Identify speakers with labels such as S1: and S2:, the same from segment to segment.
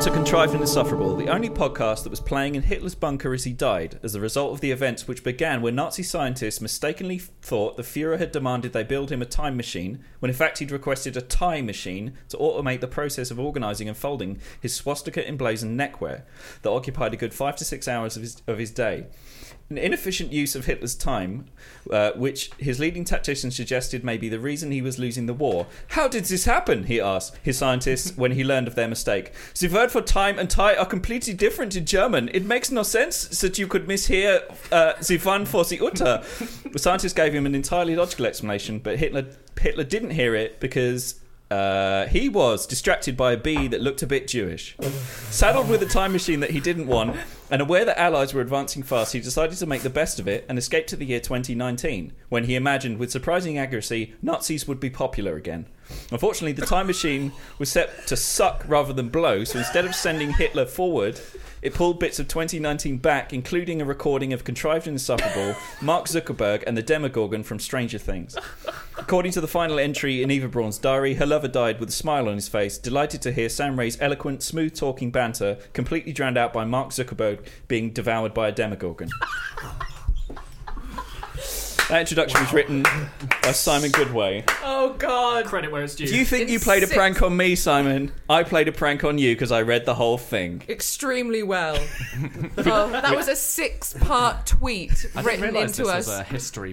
S1: to Contrived and Insufferable, the only podcast that was playing in Hitler's bunker as he died, as a result of the events which began when Nazi scientists mistakenly thought the Fuhrer had demanded they build him a time machine, when in fact he'd requested a tie machine to automate the process of organising and folding his swastika emblazoned neckwear that occupied a good five to six hours of his, of his day. An inefficient use of Hitler's time, uh, which his leading tactician suggested may be the reason he was losing the war. How did this happen? He asked his scientists when he learned of their mistake. The word for time and tie are completely different in German. It makes no sense that you could mishear uh, the one for the other. The scientists gave him an entirely logical explanation, but Hitler Hitler didn't hear it because uh, he was distracted by a bee that looked a bit Jewish. Saddled with a time machine that he didn't want, and aware that allies were advancing fast, he decided to make the best of it and escape to the year 2019, when he imagined, with surprising accuracy, Nazis would be popular again. Unfortunately, the time machine was set to suck rather than blow, so instead of sending Hitler forward, it pulled bits of 2019 back, including a recording of Contrived and Insufferable, Mark Zuckerberg, and the Demogorgon from Stranger Things. According to the final entry in Eva Braun's diary, her lover died with a smile on his face, delighted to hear Sam Ray's eloquent, smooth talking banter, completely drowned out by Mark Zuckerberg being devoured by a Demogorgon. That introduction was written by Simon Goodway.
S2: Oh God!
S3: Credit where it's due.
S1: Do you think
S2: It's
S1: you played
S2: six-
S1: a prank on me, Simon? I played a prank on you because I read the whole thing.
S2: Extremely well. oh, that was a six-part tweet
S3: I didn't
S2: written
S3: realize
S2: into
S3: this
S2: us.
S3: was a history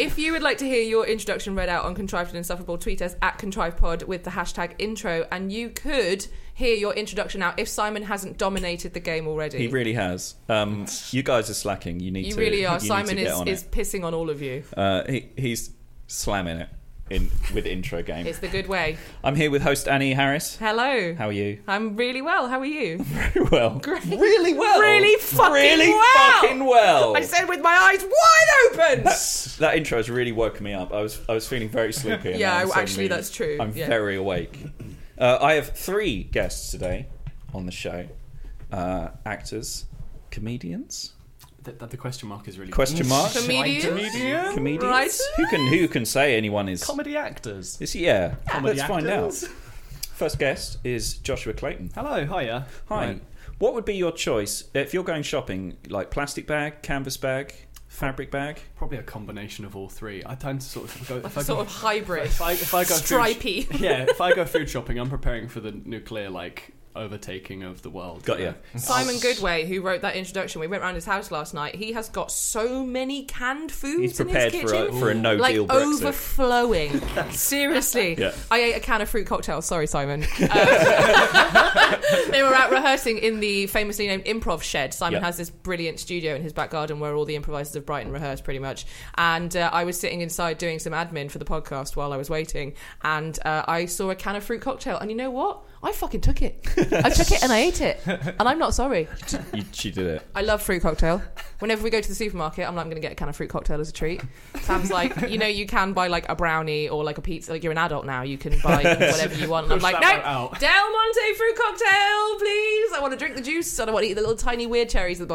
S2: If you would like to hear your introduction read out on Contrived and Insufferable, tweet us at ContrivePod with the hashtag intro, and you could hear your introduction out if Simon hasn't dominated the game already.
S1: He really has. Um, you guys are slacking. You need
S2: you
S1: to.
S2: really are.
S1: need to
S2: Simon
S1: get
S2: is,
S1: on
S2: is
S1: it.
S2: pissing on all of you.
S1: Uh, he, he's slamming it in with the intro game.
S2: It's the good way.
S1: I'm here with host Annie Harris.
S2: Hello.
S1: How are you?
S2: I'm really well. How are you?
S1: Very well.
S2: Great.
S1: Really well.
S2: Really fucking
S1: Really
S2: well.
S1: fucking well.
S2: I said with my eyes wide open.
S1: That's- that intro has really woken me up. I was I was feeling very sleepy. and
S2: Yeah,
S1: now
S2: I-
S1: I'm suddenly-
S2: actually, that's true.
S1: I'm
S2: Yeah.
S1: very awake. Uh, I have three guests today on the show: uh, actors, comedians.
S3: Th- th- the question mark is really
S1: Question mark?
S2: Comedians?
S3: Comedian?
S1: Comedians.
S2: Writers?
S1: Who can who can say anyone is?
S3: Comedy actors.
S1: is he- yeah.
S3: Comedy
S1: Let's find out.
S3: actors?
S1: First guest is Joshua Clayton.
S3: Hello, hiya.
S1: Hi.
S3: Right.
S1: What would be your choice if you're going shopping? Like plastic bag, canvas bag, fabric bag.
S3: Probably a combination of all three. I tend to sort of go. If I
S2: sort
S3: go,
S2: of hybrid.
S3: if I, if I go Food
S2: Stripey.
S3: sh- yeah, if I go food shopping, I'm preparing for the nuclear like overtaking of the world.
S1: Got
S3: you
S1: ya.
S3: know?
S2: Simon Goodway, who wrote that introduction, we went round his house last night. He has got so many canned foods
S1: He's
S2: in
S1: prepared
S2: his
S1: for
S2: kitchen.
S1: a, for a no
S2: like
S1: deal Brexit.
S2: overflowing. Seriously,
S1: Yeah.
S2: I ate a can of fruit cocktail. Sorry, Simon. Um, they were out rehearsing in the famously named Improv Shed. Simon
S1: Yeah.
S2: has this brilliant studio in his back garden where all the improvisers of Brighton rehearse, pretty much. And uh, I was sitting inside doing some admin for the podcast while I was waiting, and uh, I saw a can of fruit cocktail. And you know what? I fucking took it. I took it and I ate it, and I'm not sorry.
S1: You- she did it.
S2: I love fruit cocktail. Whenever we go to the supermarket, I'm like, I'm going to get a can of fruit cocktail as a treat. Sam's like, you know, you can buy like a brownie or like a pizza. Like you're an adult now, you can buy whatever you want. And I'm
S3: Push
S2: like,
S3: that one
S2: no,
S3: out.
S2: Del Monte fruit cocktail, please. I want to drink the juice. I don't want to eat the little tiny weird cherries at the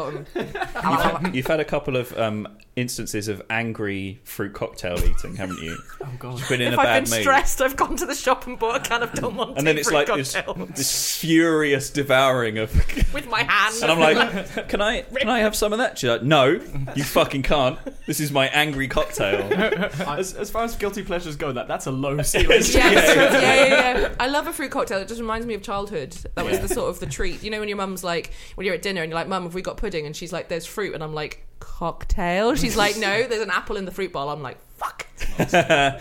S2: bottom.
S1: You've had a couple of um, instances of angry fruit cocktail eating, haven't you?
S3: Oh god.
S1: Been in
S2: if
S1: a
S2: I've
S1: bad
S2: been
S1: mood.
S2: stressed, I've gone to the shop and bought a can of Del Monte
S1: and then it's like
S2: fruit
S1: this,
S2: cocktail
S1: this furious devouring of,
S2: with my hand.
S1: and I'm like, "Can I, can I have some of that?" She's like, "No, you fucking can't. This is my angry cocktail."
S3: As, as far as guilty pleasures go, that that's a low ceiling.
S2: Yes,
S1: Yeah,
S2: yeah, yeah, yeah, I love a fruit cocktail. It just reminds me of childhood. That was
S1: Yeah.
S2: the sort of the treat. You know, when your mum's like, when you're at dinner and you're like, "Mum, have we got pudding?" and she's like, "There's fruit," and I'm like, "Cocktail." She's like, "No, there's an apple in the fruit bowl." I'm like, "Fuck."
S1: my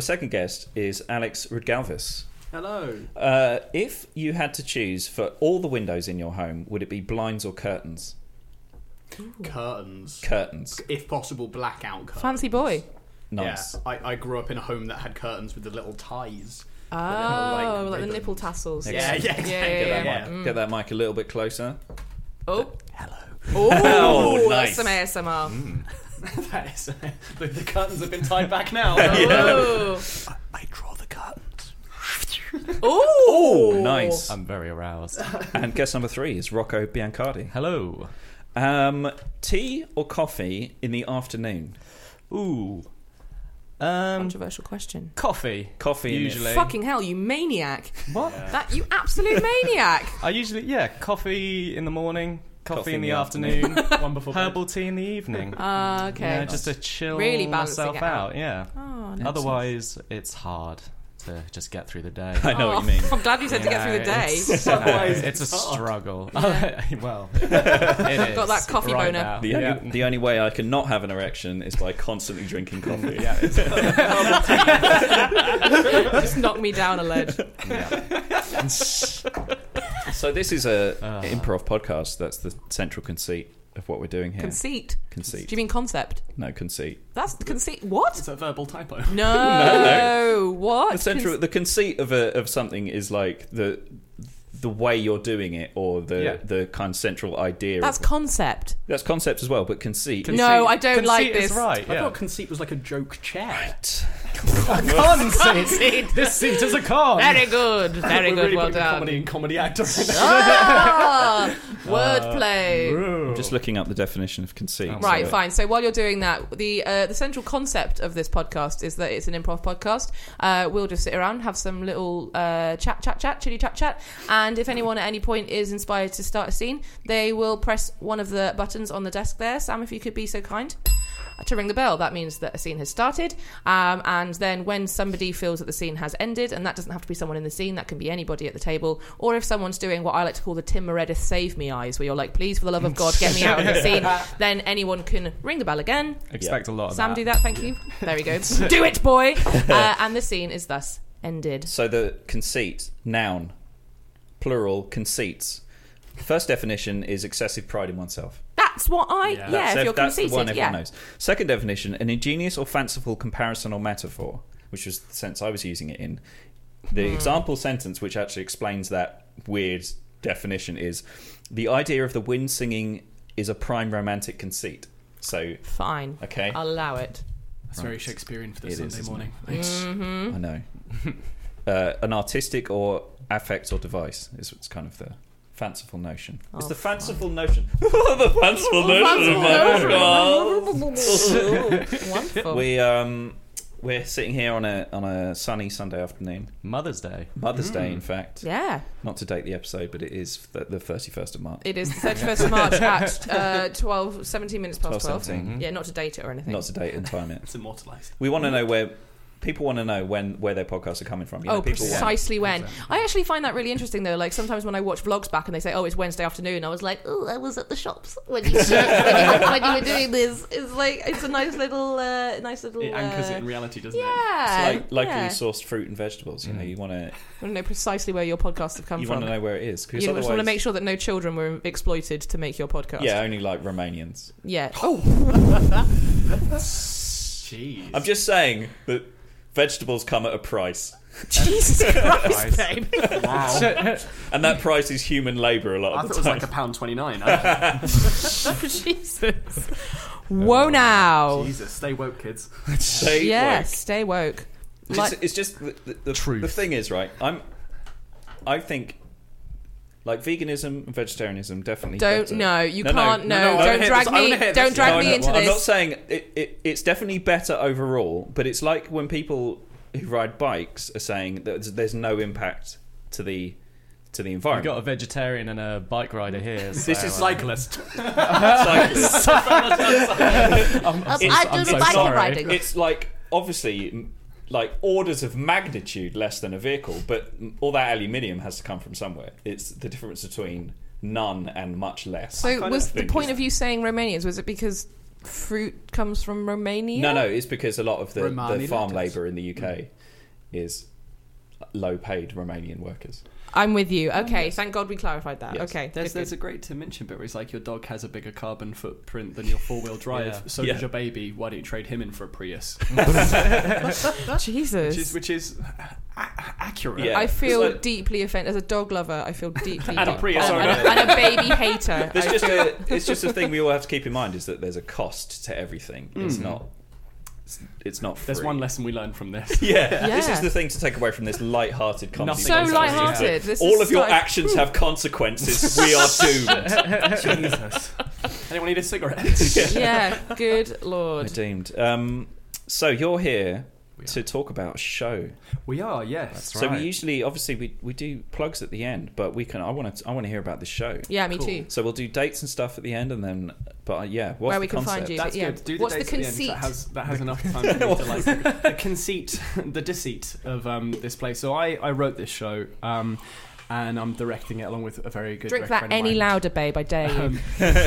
S1: second guest is Alex Rudgalvis.
S3: Hello.
S1: Uh, if you had to choose for all the windows in your home, would it be blinds or curtains?
S4: curtains.
S1: Curtains.
S4: If possible, blackout curtains.
S2: Fancy boy.
S1: Nice.
S4: Yeah, I, I grew up in a home that had curtains with the little ties.
S2: Oh,
S4: little,
S2: like,
S4: like,
S2: the
S4: ribbons.
S2: nipple tassels.
S4: Yeah, yeah, exactly.
S2: Yeah, yeah,
S1: Get that,
S4: yeah.
S1: mic,
S5: Mm.
S1: get that mic a little bit closer.
S2: Oh, hello. Oh,
S1: Oh,
S2: that's some
S1: nice.
S2: ASMR.
S3: That is, the, the curtains have been tied back now.
S2: Oh,
S4: I draw the curtains.
S2: oh,
S1: Nice.
S5: Um,
S3: I'm very aroused.
S1: And guest number three is Rocco Biancardi.
S3: Hello.
S1: Um, tea or coffee in the afternoon?
S3: Ooh.
S5: Um,
S2: Controversial question.
S5: coffee.
S1: Coffee in it.
S5: usually.
S2: Fucking hell, you maniac!
S5: What?
S2: That you absolute maniac!
S5: I usually yeah, coffee in the morning, coffee, in the, afternoon,
S3: One before bed.
S5: herbal tea in the evening.
S2: Uh,
S5: You know,
S2: okay.
S5: just to chill
S2: Really balancing
S5: myself
S2: it out.
S5: Yeah.
S2: Oh, no.
S5: Otherwise, it's hard to just get through the day.
S1: I know what
S2: Oh,
S1: you mean.
S2: I'm glad you said to get through the
S5: Yeah,
S2: day.
S5: It's,
S4: Otherwise,
S5: it's a
S4: it's hard.
S5: struggle.
S2: Yeah.
S5: well, it is
S2: Got that coffee
S5: right
S2: boner.
S5: now.
S1: The,
S5: yeah.
S1: only, the only way I can not have an erection is by constantly drinking coffee.
S5: Yeah, it's-
S2: just knock me down a ledge.
S1: So this is a
S5: Uh.
S1: improv podcast. That's the central conceit of what we're doing here.
S2: Conceit. Do
S1: conceit.
S2: you mean concept?
S1: No conceit.
S2: That's the conceit. What?
S3: It's a verbal typo.
S2: No. What?
S1: The central the conceit of a, of something is like the the way you're doing it or the
S5: Yeah.
S1: the kind of central idea.
S2: That's
S1: of,
S2: concept.
S1: that's concept as well, but conceit.
S5: Conceit-
S2: No, I don't
S5: conceit
S2: like
S5: is
S2: this.
S5: right,
S4: I
S5: yeah.
S4: thought conceit was like a joke chair.
S5: Conceit. This seat is a con.
S2: Very good. Very
S3: We're
S2: good.
S3: really
S2: Well
S3: putting the Comedy
S2: done.
S3: and comedy actor. in there.
S2: Ah, wordplay.
S1: I'm just looking up the definition of conceit.
S5: Oh.
S2: Right,
S1: So-
S2: fine. So while you're doing that, the uh, the central concept of this podcast is that it's an improv podcast. Uh, we'll just sit around, have some little uh, chat, chat, chat, chitty chat, chat, and if anyone at any point is inspired to start a scene, they will press one of the buttons on the desk there. Sam, if you could be so kind. To ring the bell, that means that a scene has started. Um, and then when somebody feels that the scene has ended, and that doesn't have to be someone in the scene, that can be anybody at the table, or if someone's doing what I like to call the Tim Meredith save me eyes, where you're like, please, for the love of God, get me out of the scene, then anyone can ring the bell again.
S5: Expect a lot of
S2: Sam,
S5: that.
S2: do that, thank you. There we go. do it, boy! Uh, and the scene is thus ended.
S1: So the conceit, noun, plural, conceits. First definition is excessive pride in oneself.
S2: That's what I. Yeah,
S3: Yeah.
S1: that's,
S2: if you're
S1: that's
S2: conceited,
S1: the one everyone
S2: yeah.
S1: knows. Second definition, an ingenious or fanciful comparison or metaphor, which was the sense I was using it in.
S2: Hmm.
S1: The example sentence, which actually explains that weird definition, is the idea of the wind singing is a prime romantic conceit. So,
S2: Fine.
S1: okay,
S2: I'll allow it.
S3: That's very Shakespearean for
S1: It
S3: this
S1: is,
S3: Sunday
S1: isn't
S3: morning.
S2: Mm.
S3: Thanks.
S1: I know. uh, an artistic or affect or device is what's kind of the fanciful notion. it's
S2: Oh,
S1: the fanciful notion. the fanciful notion of my podcast.
S2: Wonderful.
S1: We um we're sitting here on a on a sunny Sunday afternoon,
S5: Mother's Day.
S1: Mother's Day, in fact.
S2: Yeah,
S1: Not to date the episode, but it is th- the thirty first of March.
S2: it is the 31st of March at uh, 12, 17 minutes past 12.
S1: 17.
S5: Mhm.
S2: Yeah, not to date it or anything.
S1: hmm? Not to date and time it.
S4: It's immortalized.
S1: We want to know where people want to know when where their podcasts are coming from. You know,
S2: oh,
S1: people want-
S2: precisely when. I actually find that really interesting, though. Like sometimes when I watch vlogs back and they say, "Oh, it's Wednesday afternoon," I was like, "Oh, I was at the shops when you, when you, when you were doing this." It's like it's a nice little, uh, nice little.
S3: It anchors
S2: uh,
S3: it in reality, doesn't it?
S2: Yeah,
S1: It's like locally
S2: yeah.
S1: sourced fruit and vegetables. You know, you want to
S2: I want to know precisely where your podcasts have come
S1: you
S2: from.
S1: want to know where it is because
S2: you just want to
S1: otherwise,
S2: make sure that no children were exploited to make your podcast.
S1: yeah, only like Romanians.
S2: yeah. Oh,
S3: Jeez.
S1: I'm just saying that vegetables come at a price,
S2: Jesus Christ, babe.
S4: Wow.
S1: and that price is human labour a lot
S4: I
S1: of
S4: thought
S1: the
S4: it
S1: time.
S4: was like a pound twenty nine. Oh,
S2: Jesus. Whoa now.
S4: Jesus, stay woke, kids.
S1: Stay
S2: yeah,
S1: woke.
S2: stay woke.
S1: Just-
S2: Like-
S1: it's just the, the, the,
S5: Truth.
S1: the thing is right. I'm, I think, like veganism and vegetarianism definitely
S2: Don't
S1: better.
S2: no, you
S1: No, no,
S2: can't
S1: no,
S2: no.
S1: no, I wanna
S2: don't
S1: hear
S2: drag
S1: this. I wanna
S2: me.
S1: hear
S2: Don't
S1: this.
S2: drag
S1: No,
S2: me
S1: no,
S2: into
S1: I'm
S2: this.
S1: not saying it, it, it's definitely better overall, but it's like when people who ride bikes are saying that there's- there's no impact to the to the
S5: We've got
S1: environment.
S5: a vegetarian and a bike rider here. So,
S1: This is
S5: uh,
S4: Cyclist.
S1: It's like-
S5: I'm, I'm, so-
S2: I
S5: I'm
S2: do
S5: so
S2: bike
S5: sorry.
S2: riding.
S1: it's like obviously m- like orders of magnitude less than a vehicle but all that aluminium has to come from somewhere it's the difference between none and much less
S2: So was
S1: of
S2: the
S1: think
S2: point
S1: it's-
S2: of you saying Romanians? Was it because fruit comes from Romania?
S1: no no it's because a lot of the, the
S4: Romani
S1: farm
S4: lactose.
S1: labour in the uk is low paid romanian workers
S2: I'm with you. Okay, thank God we clarified that.
S1: Yes.
S2: Okay,
S3: There's,
S2: good,
S3: there's a great Tim Minchin bit where he's like, your dog has a bigger carbon footprint than your four wheel drive.
S5: Yeah.
S3: So
S1: Yeah.
S3: does your baby. Why don't you trade him in for a Prius?
S2: good. Jesus.
S3: Which is, which is a- accurate.
S1: Yeah.
S2: I feel
S1: It's like-
S2: deeply offended as a dog lover. I feel deeply
S3: And a
S2: deep-
S3: Prius
S2: and,
S3: owner.
S2: a- and a baby hater.
S1: there's
S2: I
S1: just
S2: feel-
S1: a it's just a thing we all have to keep in mind is that there's a cost to everything it's not it's, it's not free.
S3: There's one lesson we learned from this.
S1: yeah, this
S2: Yeah.
S1: is the thing to take away from this light-hearted comedy.
S3: Nothing
S2: so
S3: Nothing.
S1: podcast.
S2: light-hearted. This
S1: All
S2: is
S1: of your
S2: like-
S1: actions have consequences. we are doomed.
S4: Jesus.
S3: Anyone need a cigarette?
S2: Yeah, good lord.
S1: We're doomed. Um, so you're here
S3: We
S1: to
S3: are.
S1: talk about a show.
S4: We are, yes.
S1: So we usually, obviously, we, we do plugs at the end, but we can. I want to. I want to hear about this show.
S2: Yeah, me
S4: Cool.
S2: too.
S1: So we'll do dates and stuff at the end, and then. But uh, yeah, what's
S2: Where
S1: the
S2: we can find
S1: concept?
S2: you.
S3: That's
S2: yeah.
S3: good. Do the
S2: What's the
S3: dates at
S2: conceit?
S3: The end, 'cause that has that has enough time for me to like the conceit, the deceit of um, this place. So I I wrote this show. Um, and I'm directing it along with a very good
S2: Drink
S3: direct
S2: that
S3: friend of
S2: any
S3: mine.
S2: louder, babe. I dare you.
S3: Um,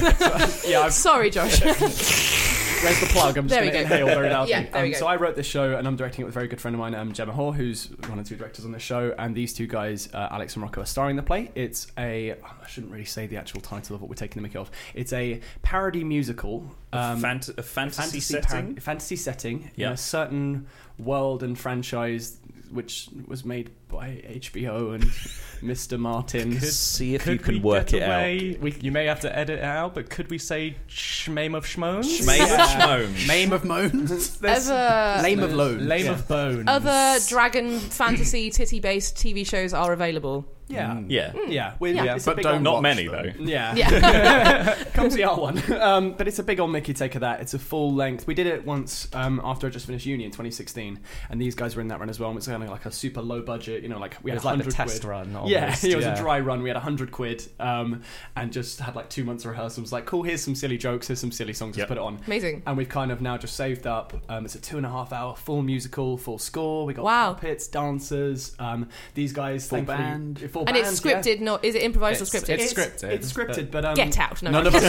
S3: so, yeah, I've
S2: Sorry, Josh.
S3: Where's the plug? I'm just
S2: There we
S3: going to
S2: go.
S3: inhale very loudly.
S2: Yeah, there we
S3: Um,
S2: go.
S3: So I wrote this show and I'm directing it with a very good friend of mine, um, Gemma Hoare, who's one of the two directors on the show. And these two guys, uh, Alex and Rocco, are starring in the play. It's a, I shouldn't really say the actual title of what we're taking the mickey off. It's a parody musical. Um,
S1: Fant- a fantasy,
S3: fantasy
S1: setting.
S3: par- fantasy setting in
S1: Yeah.
S3: a certain world and franchise which was made by HBO and Mr. Martin.
S1: Could- see if
S5: Could
S1: you can
S5: we
S1: work it
S5: get
S1: out.
S5: away- We, you may have to edit it out, but could we say shmame of schmones?
S1: Schmame of
S3: Yeah.
S1: Schmones.
S3: Name of Moans. There's-
S2: Other
S3: Lame of Loans.
S5: Lame
S3: Yeah.
S5: of bones.
S2: other dragon fantasy titty based TV shows are available.
S3: Yeah.
S1: Yeah.
S3: Hmm. Yeah, we-
S2: Yeah.
S3: it's a
S4: But
S3: big
S4: don't
S3: old
S1: Not
S4: Watch
S1: many
S4: them.
S1: though.
S3: Yeah.
S2: Yeah.
S3: Come see our one. Um, but it's a big old Mickey take of that. It's a full length. We did it once um, after I just finished uni in 2016, and these guys were in that run as well. And it's kind of like a super low budget, you know, like we
S5: it
S3: had
S5: was like the
S3: 100
S5: test
S3: quid.
S5: run.
S3: Yeah,
S5: Almost.
S3: it was a dry run. We had 100 quid um, and just had like two months of rehearsals. like, cool, here's some silly jokes, here's some silly songs,
S1: Yep.
S3: let's put it on.
S2: Amazing.
S3: And we've kind of now just saved up. Um, it's a two and a half hour full musical, full score. We got
S2: Wow.
S3: puppets, dancers. Um, these guys,
S4: Full
S3: thankfully-
S4: band.
S3: full
S2: And
S3: band,
S2: it's
S3: yeah.
S2: scripted, not is it improvised or scripted?
S5: it's- scripted,
S3: It's scripted, but um,
S2: Get out! No,
S3: None
S2: no.
S3: of us.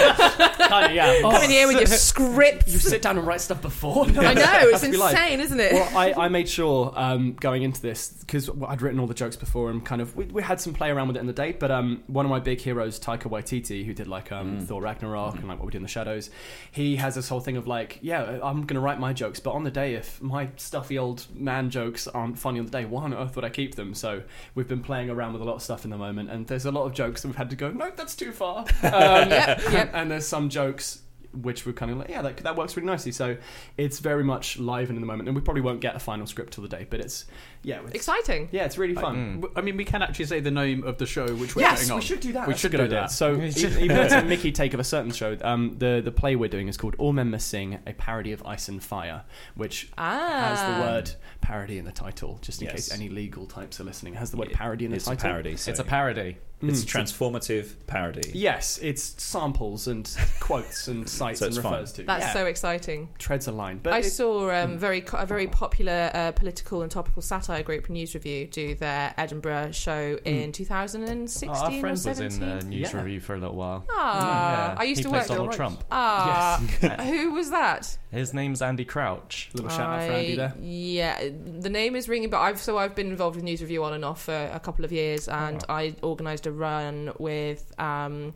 S3: kind of, yeah.
S2: come in here with your
S3: You
S2: scripts.
S3: sit down and write stuff before.
S2: I know it's
S3: Must be like-
S2: insane, isn't it?
S3: Well, I, I made sure um, going into this because I'd written all the jokes before and kind of we, we had some play around with it in the day. But um, one of my big heroes, Taika Waititi, who did like um, Thor Ragnarok and like what we do in the Shadows, he has this whole thing of like, yeah, I'm gonna write my jokes, but on the day if my stuffy old man jokes aren't funny on the day, why on earth would I keep them? So we've been playing around with a lot of stuff in the moment, and there's a lot of jokes that we've had to go, no, that's too far. Um,
S2: Yep, yep.
S3: and there's some jokes which were kind of like, yeah, that, that works really nicely. So it's very much live and in the moment, and we probably won't get a final script till the day, but it's yeah, it's,
S2: Exciting.
S3: yeah, it's really fun.
S4: W- I mean, we can actually say the name of the show which we're
S3: Yes,
S4: going on.
S3: we should do that.
S4: We
S3: That's
S4: should
S3: a
S4: do
S3: good idea.
S4: that.
S3: So
S5: We
S3: e-
S5: should-
S3: even though it's a Mickey take of a certain show, um, the the play we're doing is called All Men Must Sing, a parody of Ice and Fire, which
S2: Ah,
S3: has the word parody in the title, just in
S1: Yes.
S3: case any legal types are listening. It has the word
S1: It-
S3: parody in the
S1: it's
S3: title.
S1: a parody. So
S5: It's a parody.
S3: Mm.
S1: It's a transformative parody.
S3: Yes, it's samples and quotes and sites
S1: So
S3: and
S1: it's fine.
S3: refers to.
S2: That's
S3: yeah.
S2: so exciting.
S3: treads a line, but
S2: I
S3: it's- Hmm.
S2: saw um, very co- a very popular uh, political and topical satire group News Review do their Edinburgh show
S3: Hmm. Oh,
S2: in 2016
S5: Oh, our
S2: or
S5: friend was
S2: 17.
S5: in the news
S3: uh, Yeah.
S5: review for a little while.
S2: Ah,
S5: Yeah.
S2: I used
S5: He
S2: to
S5: plays
S2: work.
S5: Donald
S2: Right.
S5: Trump.
S2: Ah, who was that?
S5: His name's Andy Crouch.
S3: little shout out for Andy there.
S2: I- Yeah, the name is ringing, but I've so I've been involved with news review on and off for a couple of years, and
S3: Oh,
S2: I organised a run with. Um,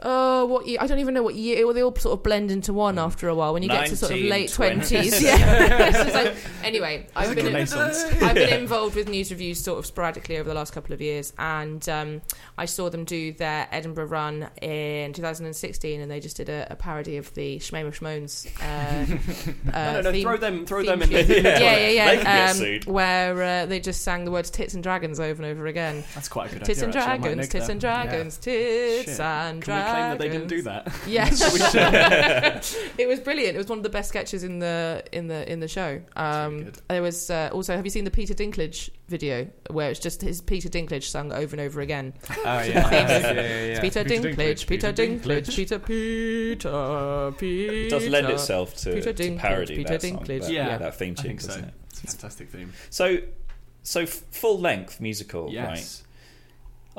S2: Oh, what year? I don't even know what year. Well, they all sort of blend into
S3: Hmm.
S2: one after a while when you get to sort of late
S1: 1920s.
S2: twenties. Yeah. It's just like- anyway, I've been,
S3: Renaissance.
S2: I've been involved with news reviews sort of sporadically over the last couple of years, and um, I saw them do their Edinburgh run in 2016, and they just did a, a parody of the Shmame of Shmones. Uh, uh,
S3: no, no, no,
S2: theme-
S3: throw them, throw
S2: theme
S3: them in.
S2: tune.
S1: Yeah.
S2: yeah, yeah,
S1: They
S2: yeah.
S1: can get
S2: um,
S1: sued.
S2: Where uh, they just sang the words "tits and dragons" over and over again.
S3: That's quite a good
S2: Tits
S3: idea.
S2: and
S3: actually. I might
S2: dragons,
S3: make
S2: tits
S3: that.
S2: and dragons, tits
S3: Shit.
S2: and
S3: Can we claim that
S2: dragons.
S3: they didn't do that?
S2: Yeah, it was brilliant. It was one of the best sketches in the in the in the show. Um,
S3: really good.
S2: there was uh, also. Have you seen the Peter Dinklage video where it's just his Peter Dinklage sung over and over again?
S5: Oh yeah, yeah, yeah, yeah, yeah.
S2: Peter, Dinklage, Peter Dinklage, Peter Peter Peter.
S1: It does lend itself to,
S2: Peter
S1: to
S2: Dinklage,
S1: parody
S2: Peter
S1: that song,
S2: Dinklage.
S1: that-
S3: Yeah.
S1: that theme
S3: I
S1: tune,
S3: think so.
S1: doesn't it?
S3: It's a fantastic theme.
S1: So, so f- full length musical,
S3: Yes.
S1: right?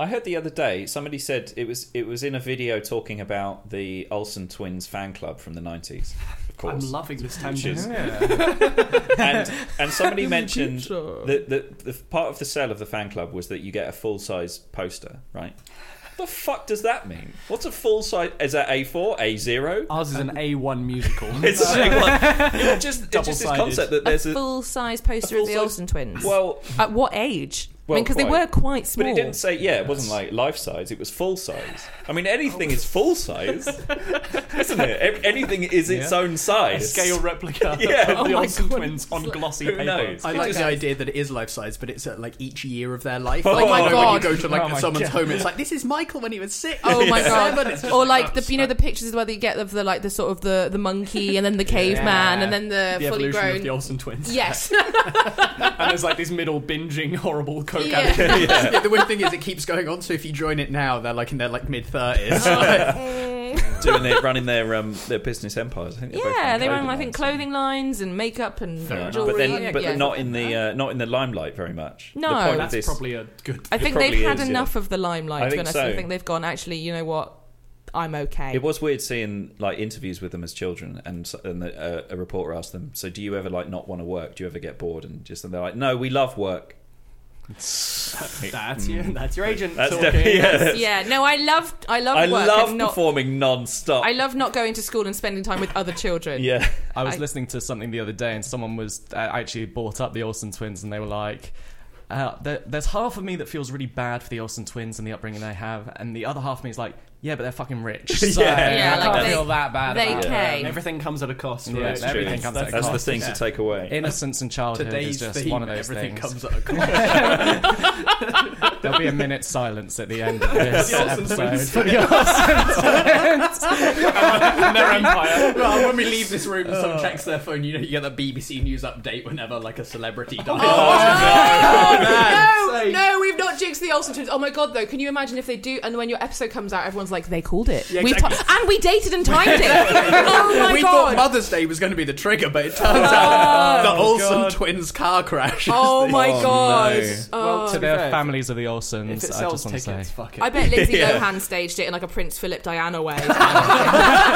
S1: I heard the other day somebody said it was it was in a video talking about the Olsen twins fan club from the nineties, of course.
S3: I'm loving this
S1: Which
S3: tangent.
S1: is-
S5: Yeah.
S1: and and somebody mentioned
S2: Peter.
S1: that the, the part of the sell of the fan club was that you get a full size poster, right? What the fuck does that mean? What's a full size? Is that A four, A zero?
S3: Ours is an A1 musical.
S1: It's a big one. It's just, it's just this
S3: Double-sided.
S1: concept that
S2: a
S1: there's a,
S2: full size poster of the
S1: full-size-
S2: Olsen twins.
S1: well.
S2: At what age? I mean, because they
S1: quite.
S2: were quite small.
S1: But it didn't say, yeah, it wasn't like life size, it was full size. I mean, anything is full size, isn't it? Ev- Anything is its own
S3: A
S1: size.
S3: scale replica
S1: Yeah.
S3: of the
S2: Oh my
S3: Olsen
S2: God.
S3: twins on glossy
S1: Who
S3: paper.
S1: knows?
S6: I
S1: It
S6: like
S1: just-
S6: the idea that it is life size, but it's at like each year of their life.
S1: Oh
S6: Like,
S1: my
S6: you know, when
S2: God.
S6: you go to like
S3: Oh my
S6: someone's
S3: God.
S6: home, it's like this is Michael when he was six.
S2: Oh my
S6: Seven. It's
S2: god!
S6: just
S2: Or like the you know the pictures where you get of the like the sort of the the monkey and then the caveman and then the,
S3: The
S2: fully
S3: evolution
S2: grown.
S3: of the Olsen twins.
S2: yes,
S3: And there's like these middle binging, horrible coke
S2: Yeah.
S3: addicts.
S6: Yeah, the weird thing is it keeps going on. So if you join it now, they're like in their like mid thirties.
S1: doing their, running their um, their business empires. I think they're both
S2: yeah,
S1: on
S2: they ran I
S1: clothing
S2: think
S1: lines.
S2: clothing lines and makeup and
S6: Fair enough.
S2: jewelry.
S1: but
S2: yeah,
S1: then, but
S2: yeah.
S1: not in the uh, not in the limelight very much.
S2: No.
S1: the point of
S3: That's
S1: this,
S3: probably a good.
S2: I think
S1: probably
S2: they've had
S1: is, yeah.
S2: enough of the
S1: I
S2: limelight. to be
S1: think
S2: honest. I
S1: so.
S2: think they've gone. Actually, you know what? I'm okay.
S1: It was weird seeing like interviews with them as children, and and the, uh, a reporter asked them, "So do you ever like not want to work? Do you ever get bored?" And just and they're like, "No, we love work."
S3: That's
S6: Mm.
S3: your, that's your agent.
S1: That's
S3: talking.
S1: definitely yeah.
S2: yeah. No, I love. I love.
S1: I
S2: work
S1: love
S2: and not,
S1: performing non-stop.
S2: I love not going to school and spending time with other children.
S1: yeah,
S5: I was
S2: I-
S5: listening to something the other day, and someone was uh, actually brought up the Olsen twins, and they were like, uh, there, "There's half of me that feels really bad for the Olsen twins and the upbringing they have, and the other half of me is like, yeah, but they're fucking rich, so
S1: Yeah.
S2: Yeah,
S5: I
S2: like
S5: can't
S2: they-
S5: feel that bad."
S2: they
S5: about it."
S2: care.
S3: Everything comes at a cost.
S5: Yeah,
S3: Right?
S5: that's true. Everything comes at a
S1: that's the
S5: cost,
S1: thing to take away.
S5: Innocence and childhood
S6: Today's
S5: is just
S6: theme,
S5: one of those
S6: everything
S5: things.
S6: comes at a cost.
S5: There'll be a minute's silence at the end of this
S3: The Olsen
S5: episode.
S3: twins.
S5: For the Olsen twins.
S3: And their empire.
S6: well, when we leave this room, someone checks their phone. You know, you get that BBC News update whenever like a celebrity dies.
S2: Oh,
S3: man.
S2: no, no, we've not jinxed the Olsen twins. Oh my god, though, can you imagine if they do? And when your episode comes out, everyone's like, they called it.
S3: Yeah,
S2: we
S3: exactly.
S2: ti- and we dated and timed it. oh my
S6: we
S2: god.
S6: thought Mother's Day was going to be the trigger, but it turns out the Olsen twins car crash. is
S2: oh
S6: the-
S2: my god.
S3: Well,
S5: to
S3: be
S5: their
S3: fair,
S5: families of the
S3: If
S5: Olsons,
S3: it
S5: I just
S3: sells
S5: want to say.
S3: tickets, fuck it.
S2: Oh. I bet Lindsay
S1: Yeah.
S2: Lohan staged it in like a Prince Philip Diana way. She's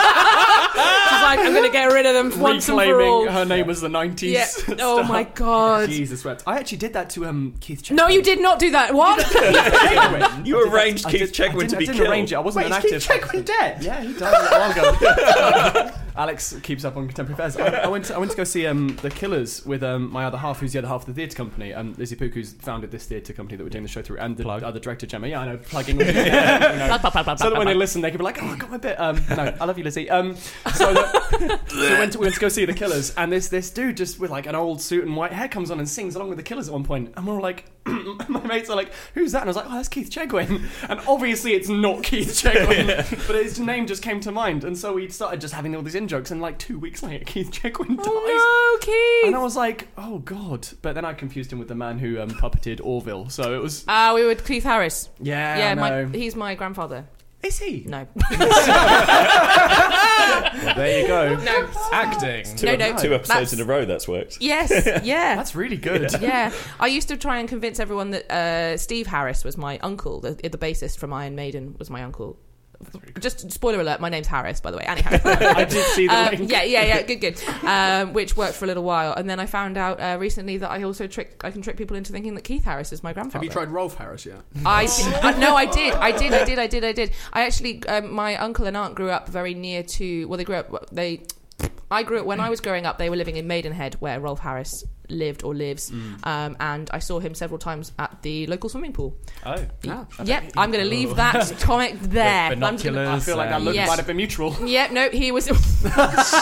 S2: like, I'm gonna get rid of them once and for all.
S3: Reclaiming her name as the 90s.
S2: yeah. Oh my god.
S3: Jesus wept. I actually did that to um, Keith Chegwin.
S2: No, you did not do that. What?
S3: Chegwin.
S1: You
S3: I did that-
S1: arranged
S3: I
S1: Keith
S3: did- I
S1: Chegwin
S3: didn't-
S1: to be
S3: I didn't
S1: killed.
S3: arrange it. I wasn't
S6: Wait,
S3: an
S6: is
S3: active.
S6: Keith Chegwin dead?
S3: Yeah, he died a little while ago. Alex keeps up on contemporary affairs. I, I went. To, I went to go see um, the Killers with um, my other half, who's the other half of the theatre company. Um, Lizzie Pook, who's founded this theatre company that we're doing the show through, and the
S5: Plug.
S3: other director Gemma. Yeah, I know, plugging. all the- you know, so that when they listen, they can be like, "Oh, I got my bit." Um, no, I love you, Lizzie. Um, so, that, so we, went to, we went to go see the Killers, and this this dude just with like an old suit and white hair comes on and sings along with the Killers at one point, and we're all like, my mates are like, "Who's that?" And I was like, "Oh, that's Keith Chegwin," and obviously it's not Keith Chegwin, but his name just came to mind, and so we started just having all these in jokes, and like two weeks later, Keith Chegwin dies.
S2: Oh
S3: And
S2: no, Keith.
S3: I was like, "Oh God!" But then I confused him with the man who um, puppeted Orville. So it was,
S2: Ah, we were Keith Harris.
S3: yeah,
S2: yeah,
S3: I know.
S2: my, he's my grandfather.
S3: is he?
S2: No,
S3: Well, there you go.
S2: no,
S5: Acting.
S2: no,
S1: Two
S2: no.
S1: episodes
S2: That's-
S1: in a row. That's worked.
S2: Yes, yeah.
S3: That's really good.
S2: yeah, I used to try and convince everyone that uh, Steve Harris was my uncle, the, the bassist from Iron Maiden was my uncle. Just spoiler alert, my name's Harris, by the way. Annie Harris.
S3: I did see the
S2: Um,
S3: link.
S2: yeah, yeah, yeah, good, good. Um, which worked for a little while, and then I found out uh, recently that I also trick I can trick people into thinking that Keith Harris is my grandfather.
S6: Have you tried Rolf Harris yet?
S2: I, I no, I did, I did, I did, I did, I did. I actually, um, my uncle and aunt grew up very near to. Well, they grew up. They, I grew up when I was growing up. They were living in Maidenhead, where Rolf Harris lived or lives, um, and I saw him several times at the local swimming pool.
S5: Oh.
S6: Ah.
S2: Yep, I'm going to leave that comic there. I'm just gonna-
S3: I feel like that
S5: Um,
S3: look
S2: yes.
S3: might have been mutual.
S2: Yep, no, he was, he was,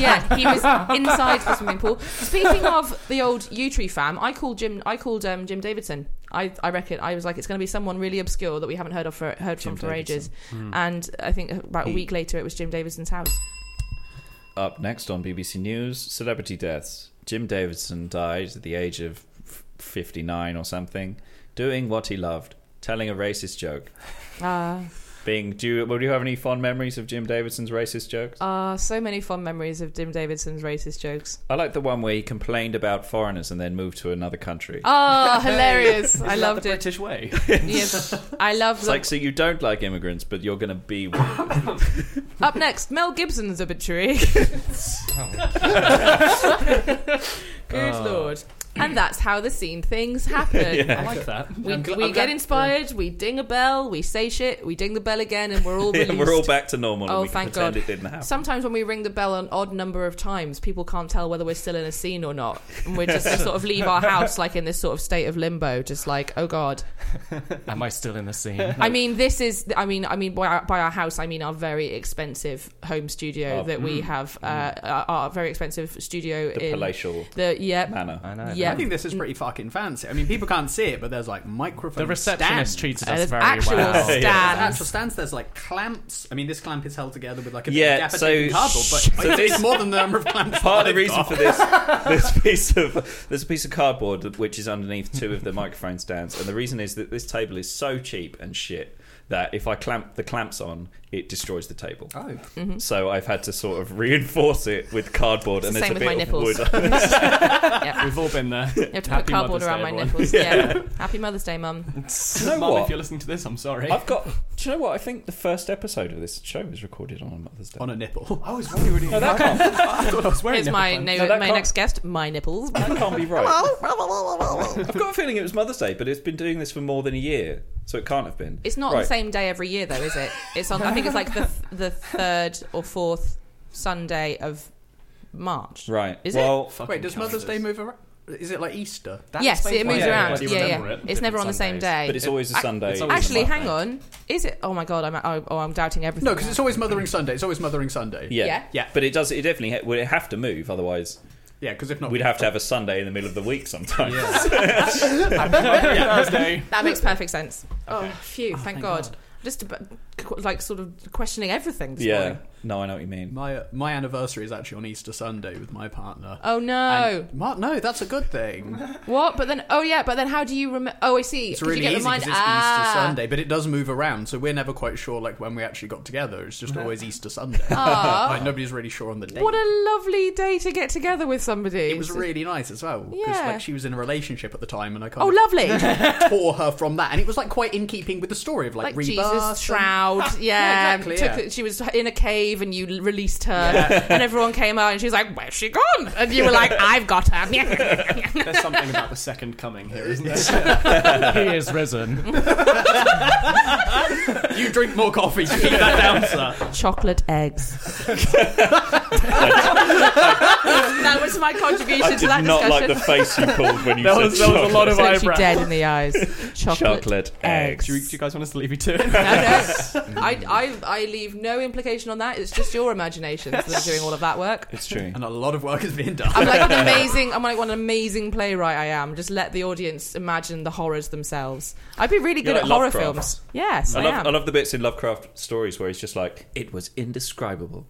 S2: yeah, he was inside the swimming pool. Speaking of the old yew tree fam, I called Jim, I called um, Jim Davidson. I, I reckon I was like, it's going to be someone really obscure that we haven't heard of for heard from for ages.
S1: Hmm.
S2: And I think about a week later, it was Jim Davidson's house.
S1: Up next on BBC News, celebrity deaths. Jim Davidson died at the age of f- 59 or something, doing what he loved, telling a racist joke. Ah.
S2: Uh,
S1: Being, do you, well, do you have any fond memories of Jim Davidson's racist jokes?
S2: uh, so many fond memories of Jim Davidson's racist jokes.
S1: I like the one where he complained about foreigners and then moved to another country.
S2: Oh, hilarious! I loved
S3: the
S2: it.
S3: British way.
S2: Yes, I love
S1: it's
S2: them.
S1: like, so you don't like immigrants, but you're going to be one.
S2: Up next, Mel Gibson's obituary. Good lord. and that's how the scene things happen.
S1: Oh. Yeah.
S3: I like that.
S2: We,
S6: I'm gl-
S2: we
S6: I'm
S2: get
S6: glad-
S2: inspired, we ding a bell, we say shit, we ding the bell again, and we're all
S1: Yeah,
S2: released.
S1: we're all back to normal. and
S2: Oh,
S1: we can
S2: thank
S1: pretend
S2: God.
S1: It didn't happen.
S2: Sometimes when we ring the bell an odd number of times, people can't tell whether we're still in a scene or not. And we just sort of leave our house like in this sort of state of limbo, just like, oh God.
S5: Am I still in the scene?
S2: I mean, this is. I mean, I mean by our, by our house, I mean our very expensive home studio
S1: Oh, Mm.
S2: that we have. Uh, our, our very expensive studio
S1: the
S2: in
S1: palatial
S2: the yeah.
S1: manner.
S5: I know.
S2: Yeah.
S4: I think this is pretty fucking fancy. I mean, people can't see it, but there's like microphone.
S5: The receptionist
S4: stands.
S5: treated
S2: Uh,
S5: us
S2: there's
S5: very
S2: actual
S5: well.
S2: stands.
S4: Actual stands. There's like clamps. I mean, this clamp is held together with like a
S1: Yeah,
S4: bit of gaffer
S1: so-
S4: tape and cardboard,
S1: so
S4: but I think
S1: this-
S4: it's more than the number of clamps.
S1: Part of the
S4: that I've
S1: reason
S4: got.
S1: for this this piece of there's a piece of cardboard which is underneath two of the microphone stands, and the reason is that this table is so cheap and shit that if I clamp the clamps on, it destroys the table.
S4: Oh,
S1: So I've had to sort of reinforce it with cardboard, and
S2: Mm-hmm. It's the
S1: there's a
S2: same
S1: bit
S2: with my
S1: of wood.
S2: yeah.
S3: We've all been there.
S2: You have to
S3: Happy
S2: put cardboard
S3: Mother's Day,
S2: around my
S3: everyone.
S2: nipples. Yeah. Happy Mother's Day, Mum.
S1: You know
S3: Mum,
S1: what?
S3: if you're listening to this, I'm sorry.
S1: I've got. Do you know what? I think the first episode of this show was recorded on a Mother's Day.
S4: on a nipple.
S3: I was really, really.
S1: no, that can't.
S3: I was wearing
S2: Here's
S3: nipple
S2: my
S3: pads.
S2: na-
S1: No, that
S2: my
S1: can't-
S2: next guest. My nipples.
S1: That can't be right. I've got a feeling it was Mother's Day, but it's been doing this for more than a year, so it can't have been.
S2: It's not
S1: Right.
S2: the same day every year, though, is it? It's on. I think it's like the the third or fourth Sunday of March.
S1: Right.
S2: Is it?
S1: well,
S3: Fucking
S4: Wait, does Mother's Day
S3: calendars.
S4: move around? Is it like Easter?
S5: That
S2: yes,
S5: explains
S2: it
S5: why
S2: moves
S5: I
S2: around.
S5: bloody
S2: Yeah,
S5: remember
S2: yeah.
S5: it.
S2: It's never on the same
S5: Different Sundays.
S2: day.
S1: but it's always a
S2: I-
S1: Sunday.
S5: it's always-
S2: Actually,
S5: Isn't it?
S2: hang on. Is it? Oh my god, I'm oh, oh, I'm doubting everything.
S4: No, because it's always Mothering Sunday. It's always Mothering Sunday.
S1: yeah.
S2: Yeah.
S4: Yeah.
S1: But it does. It definitely ha- would have to move, otherwise
S4: yeah. Because if not,
S1: we'd have to have a Sunday in the middle of the week sometimes.
S3: Thursday.
S2: that makes perfect sense. Oh, phew! Thank, God. Just about, qu- like sort of questioning everything. This
S1: Yeah.
S2: morning.
S1: No, I know what you mean.
S4: My my anniversary is actually on Easter Sunday with my partner.
S2: Oh no!
S4: And- Mark, no, that's a good thing.
S2: what? But then, oh yeah. But then, how do you remember? Oh, I see.
S4: It's
S2: 'Cause
S4: really
S2: you get
S4: easy because
S2: reminded-
S4: it's
S2: ah.
S4: Easter Sunday, but it does move around, so we're never quite sure like when we actually got together. It's just always Easter Sunday.
S2: Aw.
S4: like nobody's really sure on the date.
S2: What a lovely day to get together with somebody.
S4: it was really nice as well because
S2: Yeah.
S4: like she was in a relationship at the time, and I
S2: Oh,
S4: kind
S2: lovely!
S4: of tore her from that, and it was like quite in keeping with the story of like,
S2: Like
S4: rebirth.
S2: Jesus
S4: and-
S2: shroud, yeah.
S4: yeah, exactly,
S2: Took
S4: yeah.
S2: the- she was in a cave, and you l- released her, and everyone came out, and she was like, "Where's she gone?" And you were like, "I've got her."
S3: There's something about the second coming here, isn't there?
S5: He is risen.
S4: You drink more coffee. Keep that down, sir.
S2: chocolate eggs. that was my contribution
S1: I
S2: to
S1: did
S2: that
S1: not like
S2: discussion.
S1: the face you pulled when you
S3: There
S1: said
S3: was- there was a lot of
S1: chocolate.
S2: Looks you
S3: eyebrows.
S2: dead in the eyes. Chocolate,
S1: Chocolate eggs.
S2: eggs.
S3: Do you, do you guys want us to leave you to it?
S2: No, no. I, I, I leave no implication on that. It's just your imaginations that are doing all of that work.
S1: It's true.
S4: And a lot of work has been done.
S2: I'm like an amazing. I'm like what an amazing playwright I am. Just let the audience imagine the horrors themselves. I'd be really good
S1: You're
S2: at
S1: like
S2: horror
S1: Lovecraft.
S2: films. Yes,
S1: I
S2: I,
S1: love, I
S2: am.
S1: love the bits in Lovecraft stories where he's just like, it was indescribable.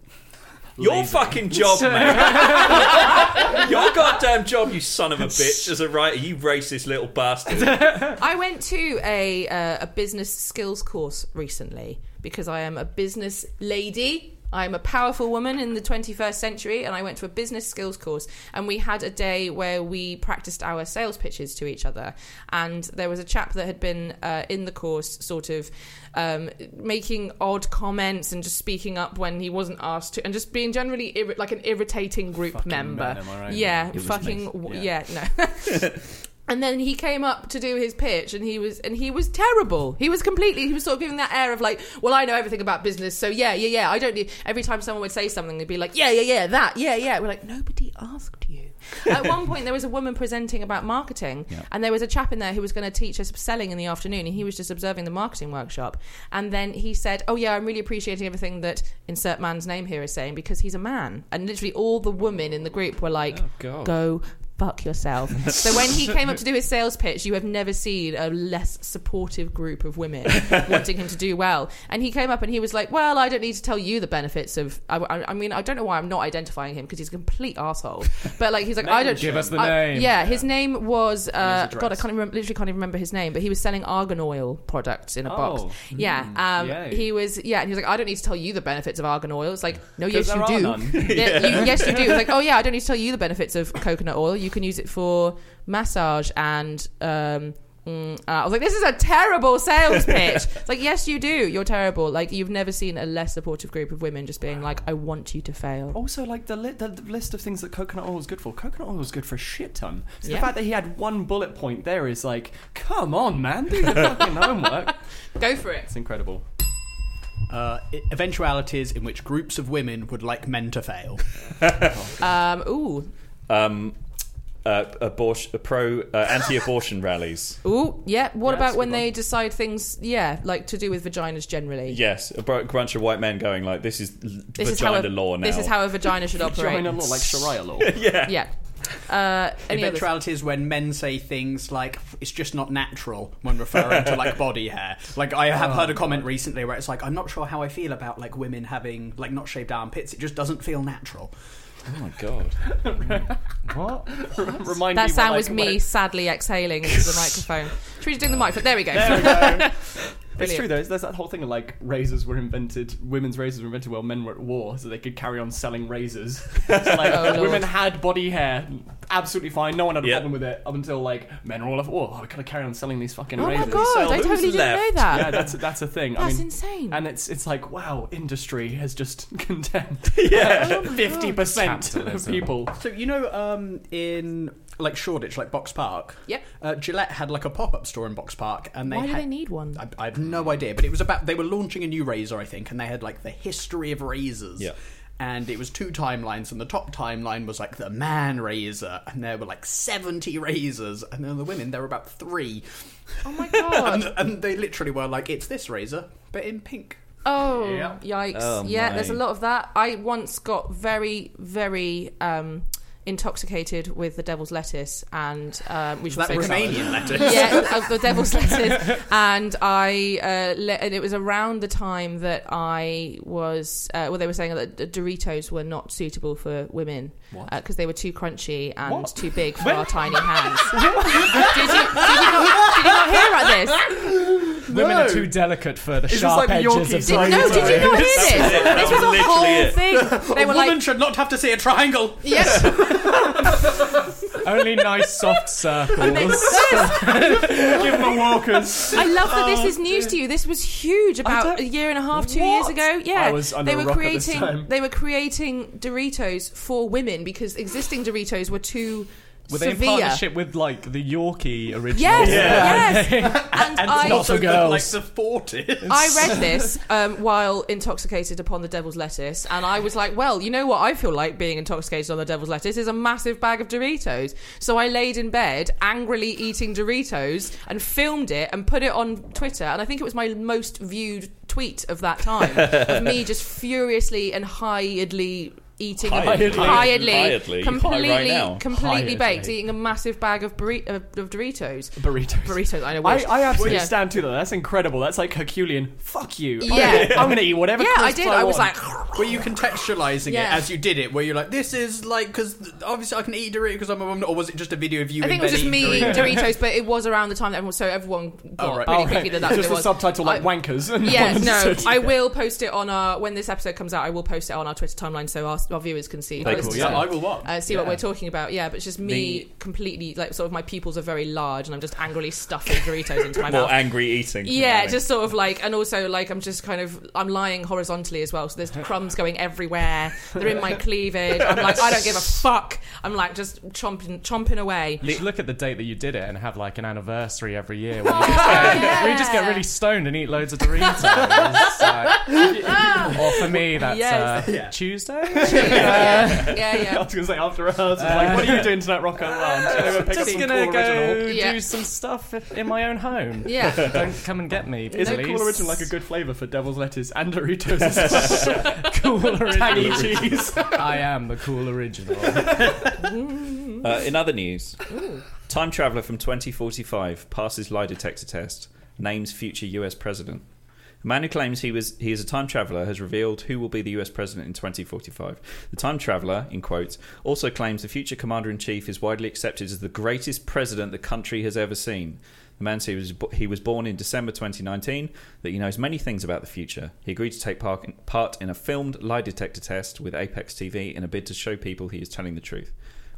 S1: Your fucking job, man. Your goddamn job, you son of a bitch, as a writer, you racist little bastard.
S2: I went to a uh, a business skills course recently because I am a business lady. I'm a powerful woman in the 21st century, and I went to a business skills course. And we had a day where we practiced our sales pitches to each other. And there was a chap that had been uh, in the course, sort of um, making odd comments and just speaking up when he wasn't asked to, and just being generally irri- like an irritating group
S3: Fucking
S2: member.
S3: men, am I right?
S2: Yeah,
S1: was
S2: fucking
S1: me.
S2: w yeah no. And then he came up to do his pitch, and he was and he was terrible. He was completely he was sort of giving that air of like, well, I know everything about business, so yeah, yeah, yeah. I don't need. Every time someone would say something, they'd be like, yeah, yeah, yeah, that, yeah, yeah. We're like, nobody asked you. At one point, there was a woman presenting about marketing,
S1: Yeah.
S2: and there was a chap in there who was going to teach us selling in the afternoon, and he was just observing the marketing workshop. And then he said, oh yeah, I'm really appreciating everything that insert man's name here is saying because he's a man. And literally all the women in the group were like,
S5: God.
S2: go fuck yourself. so when he came up to do his sales pitch, you have never seen a less supportive group of women wanting him to do well. And he came up and he was like, "Well, I don't need to tell you the benefits of." I, I, I mean, I don't know why I'm not identifying him because he's a complete asshole. But like, he's like, "I don't
S5: Give us the
S2: I-
S5: name.
S2: Yeah, his name was uh, God. I
S3: address.
S2: can't even, literally can't even remember his name, but he was selling argan oil products in a
S3: Oh.
S2: box. Yeah, um,
S3: Yay.
S2: he was. Yeah, and he was like, "I don't need to tell you the benefits of argan oil." It's like, no, yes,
S3: 'Cause there
S2: you
S3: are
S2: do.
S3: none.
S2: Yeah, you- yes, you do. It's like, oh yeah, I don't need to tell you the benefits of coconut oil. You can use it for massage and um, Mm, uh, I was like, this is a terrible sales pitch. it's like, yes, you do. You're terrible. Like, you've never seen a less supportive group of women just being like, I want you to fail.
S3: Also, like the, li- the the list of things that coconut oil is good for. Coconut oil is good for a shit ton. So
S2: Yeah.
S3: the fact that he had one bullet point there is like, come on, man, do your fucking homework.
S2: Go for it.
S3: It's incredible.
S4: Uh, e- eventualities in which groups of women would like men to fail.
S2: Um, ooh.
S1: Um, uh, abortion, pro uh, anti-abortion rallies.
S2: Ooh, yeah. What
S3: Yeah,
S2: about
S3: that's a
S2: when
S3: good
S2: they decide things, yeah, like to do with vaginas generally?
S1: Yes, a br- bunch of white men going like, "This is l-
S2: This is, how
S1: vagina
S2: a,
S1: law now."
S2: this is how a vagina should operate.
S3: Join a law like Sharia law.
S2: yeah. Uh, any others?
S4: eventualities when men say things like it's just not natural when referring to like body hair. Like I have heard a
S2: Oh,
S4: comment recently where it's like I'm not sure how I feel about like women having like not shaved armpits. It just doesn't feel natural.
S1: oh my god!
S5: What?
S3: Remind
S2: That
S3: me
S2: sound
S3: when I-
S2: was
S3: when I-
S2: me sadly exhaling into the microphone. Should we just do the microphone? There we go.
S3: It's
S2: Brilliant.
S3: true though. There's that whole thing of like razors were invented. Women's razors were invented while men were at war, so they could carry on selling razors. It's like,
S2: Oh, Lord.
S3: women had body hair, absolutely fine. No one had a
S1: Yeah.
S3: problem with it up until like men were all at war. Oh, we gotta carry on selling these fucking
S2: Oh my
S3: razors.
S2: god, I
S1: who's
S2: totally
S1: left?
S2: didn't know that.
S3: yeah, that's that's a thing. I
S2: That's
S3: mean,
S2: insane.
S3: and it's it's like wow, industry has just condemned uh,
S2: Oh my
S3: fifty percent of
S5: Capitalism.
S3: people.
S4: So you know, um, in like Shoreditch, like Box Park,
S2: Yep.
S4: uh, Gillette had like a pop up store in Box Park, and they
S2: Why do
S4: had,
S2: they need one?
S4: I, I have no idea, but it was about they were launching a new razor, I think, and they had like the history of razors.
S1: Yeah.
S4: And it was two timelines, and the top timeline was like the man razor, and there were like seventy razors, and then the women there were about three,
S2: Oh my god.
S4: and, and they literally were like, "It's this razor, but in pink."
S2: Oh,
S6: Yep.
S2: yikes.
S1: Oh,
S2: yeah,
S1: my.
S2: there's a lot of that. I once got very, very um, intoxicated with the devil's lettuce, and um, we
S4: Is
S2: should
S4: that
S2: say
S4: Romanian lettuce?
S2: yeah, of the devil's lettuce. And I, uh, le- and it was around the time that I was, uh, well, they were saying that the Doritos were not suitable for women because they were too crunchy and
S3: What?
S2: too big for our tiny hands. did, you, did, you not, did you not hear about this?
S5: Women are too delicate for the
S3: this
S5: sharp
S3: like the
S5: edges
S3: Yorkie
S5: of
S3: Sorry,
S2: Did, no, did you not hear this? This was a
S1: literally
S2: whole
S1: it.
S2: thing. They
S4: a
S2: were
S4: woman
S2: like,
S4: should not have to see a triangle.
S2: yes,
S5: only nice soft circles.
S3: Give them a Walkers.
S2: I love that this is news to you. This was huge about
S3: Oh, don't-
S2: a year and a half, two years
S3: What?
S2: ago. Yeah,
S3: I was under
S2: they
S3: a
S2: were
S3: rock at this
S2: creating
S3: time.
S2: they were creating Doritos for women because existing Doritos were too
S5: Were they
S2: severe.
S5: in partnership with like the Yorkie original?
S2: Yes,
S5: Yeah.
S2: yes. And, I,
S5: not for girls.
S4: Like the forties.
S2: I read this um, while intoxicated upon the devil's lettuce, and I was like, "Well, you know what I feel like being intoxicated on the devil's lettuce is a massive bag of Doritos." So I laid in bed, angrily eating Doritos, and filmed it and put it on Twitter. And I think it was my most viewed tweet of that time of me just furiously and highedly eating
S1: Highedly.
S2: highedly,
S1: Highedly.
S2: completely,
S1: High right now.
S2: completely
S5: Highedly.
S2: baked, eating a massive bag of, burri- of, of Doritos.
S3: Burritos.
S2: Burritos, I know.
S3: I,
S2: wish.
S3: I absolutely
S2: Yeah.
S3: stand to that. That's incredible. That's like Herculean. Fuck you. I'm
S2: Yeah.
S3: gonna- I'm gonna eat whatever.
S2: Yeah, I
S3: crisps
S2: did. I was
S3: want.
S2: like.
S4: Were you contextualizing
S2: Yeah.
S4: it as you did it? Were you like, this is like, because obviously I can eat Doritos because I'm a woman, or was it just a video of you?
S2: I
S4: in
S2: think it was
S4: bed
S2: just me
S4: eating
S2: eating
S4: Doritos?
S2: Doritos, but it was around the time that everyone, so everyone got
S4: Oh, right.
S2: really
S3: Oh,
S2: quickly
S3: right.
S2: that that's what
S3: just
S2: it
S3: the
S2: was.
S3: subtitle like
S2: I-
S3: wankers. And
S2: Yeah,
S3: one
S2: no,
S3: understood.
S2: I will post it on our when this episode comes out. I will post it on our Twitter timeline so our, our viewers can see.
S1: Very
S2: this
S1: cool,
S2: is-
S1: yeah.
S6: I will watch.
S2: Uh, see what we're talking about, yeah. But it's just me
S1: The-
S2: completely, like, sort of my pupils are very large, and I'm just angrily stuffing Doritos into my
S1: More
S2: mouth.
S1: angry eating.
S2: yeah, just sort of like, and also like, I'm just kind of, I'm lying horizontally as well. So there's crumbs going everywhere. They're in my cleavage. I'm like, I don't give a fuck. I'm like just chomping, chomping away.
S5: You should look at the date that you did it and have like an anniversary every year. Where you,
S3: Oh,
S2: yeah.
S5: We just get really stoned and eat loads of Doritos. So- or for me, that's
S2: Yes.
S5: uh, Tuesday.
S2: yeah, yeah,
S3: I
S2: yeah.
S3: was gonna say after rehearsal, it's like, what are you doing tonight, Rocco? Well, I'm just gonna, pick up
S5: Just
S3: some
S5: gonna
S3: cool
S5: go
S3: original.
S2: Yeah.
S5: do some stuff in my own home.
S2: Yeah.
S5: Don't come and get me.
S3: Is it
S5: please.
S3: cool original like a good flavour for devil's lettuce and Doritos? as well?
S5: cool
S3: Tangy
S5: original?
S3: cheese.
S5: I am the cool original.
S1: Uh, in other news, time traveler from 2045 passes lie detector test, names future U.S. president. A man who claims he was he is a time traveler has revealed who will be the U.S. president in 2045. The time traveler, in quotes, also claims the future commander in chief is widely accepted as the greatest president the country has ever seen. The man says he was, bo- he was born in December 2019, that he knows many things about the future. He agreed to take part in, part in a filmed lie detector test with Apex TV in a bid to show people he is telling the truth.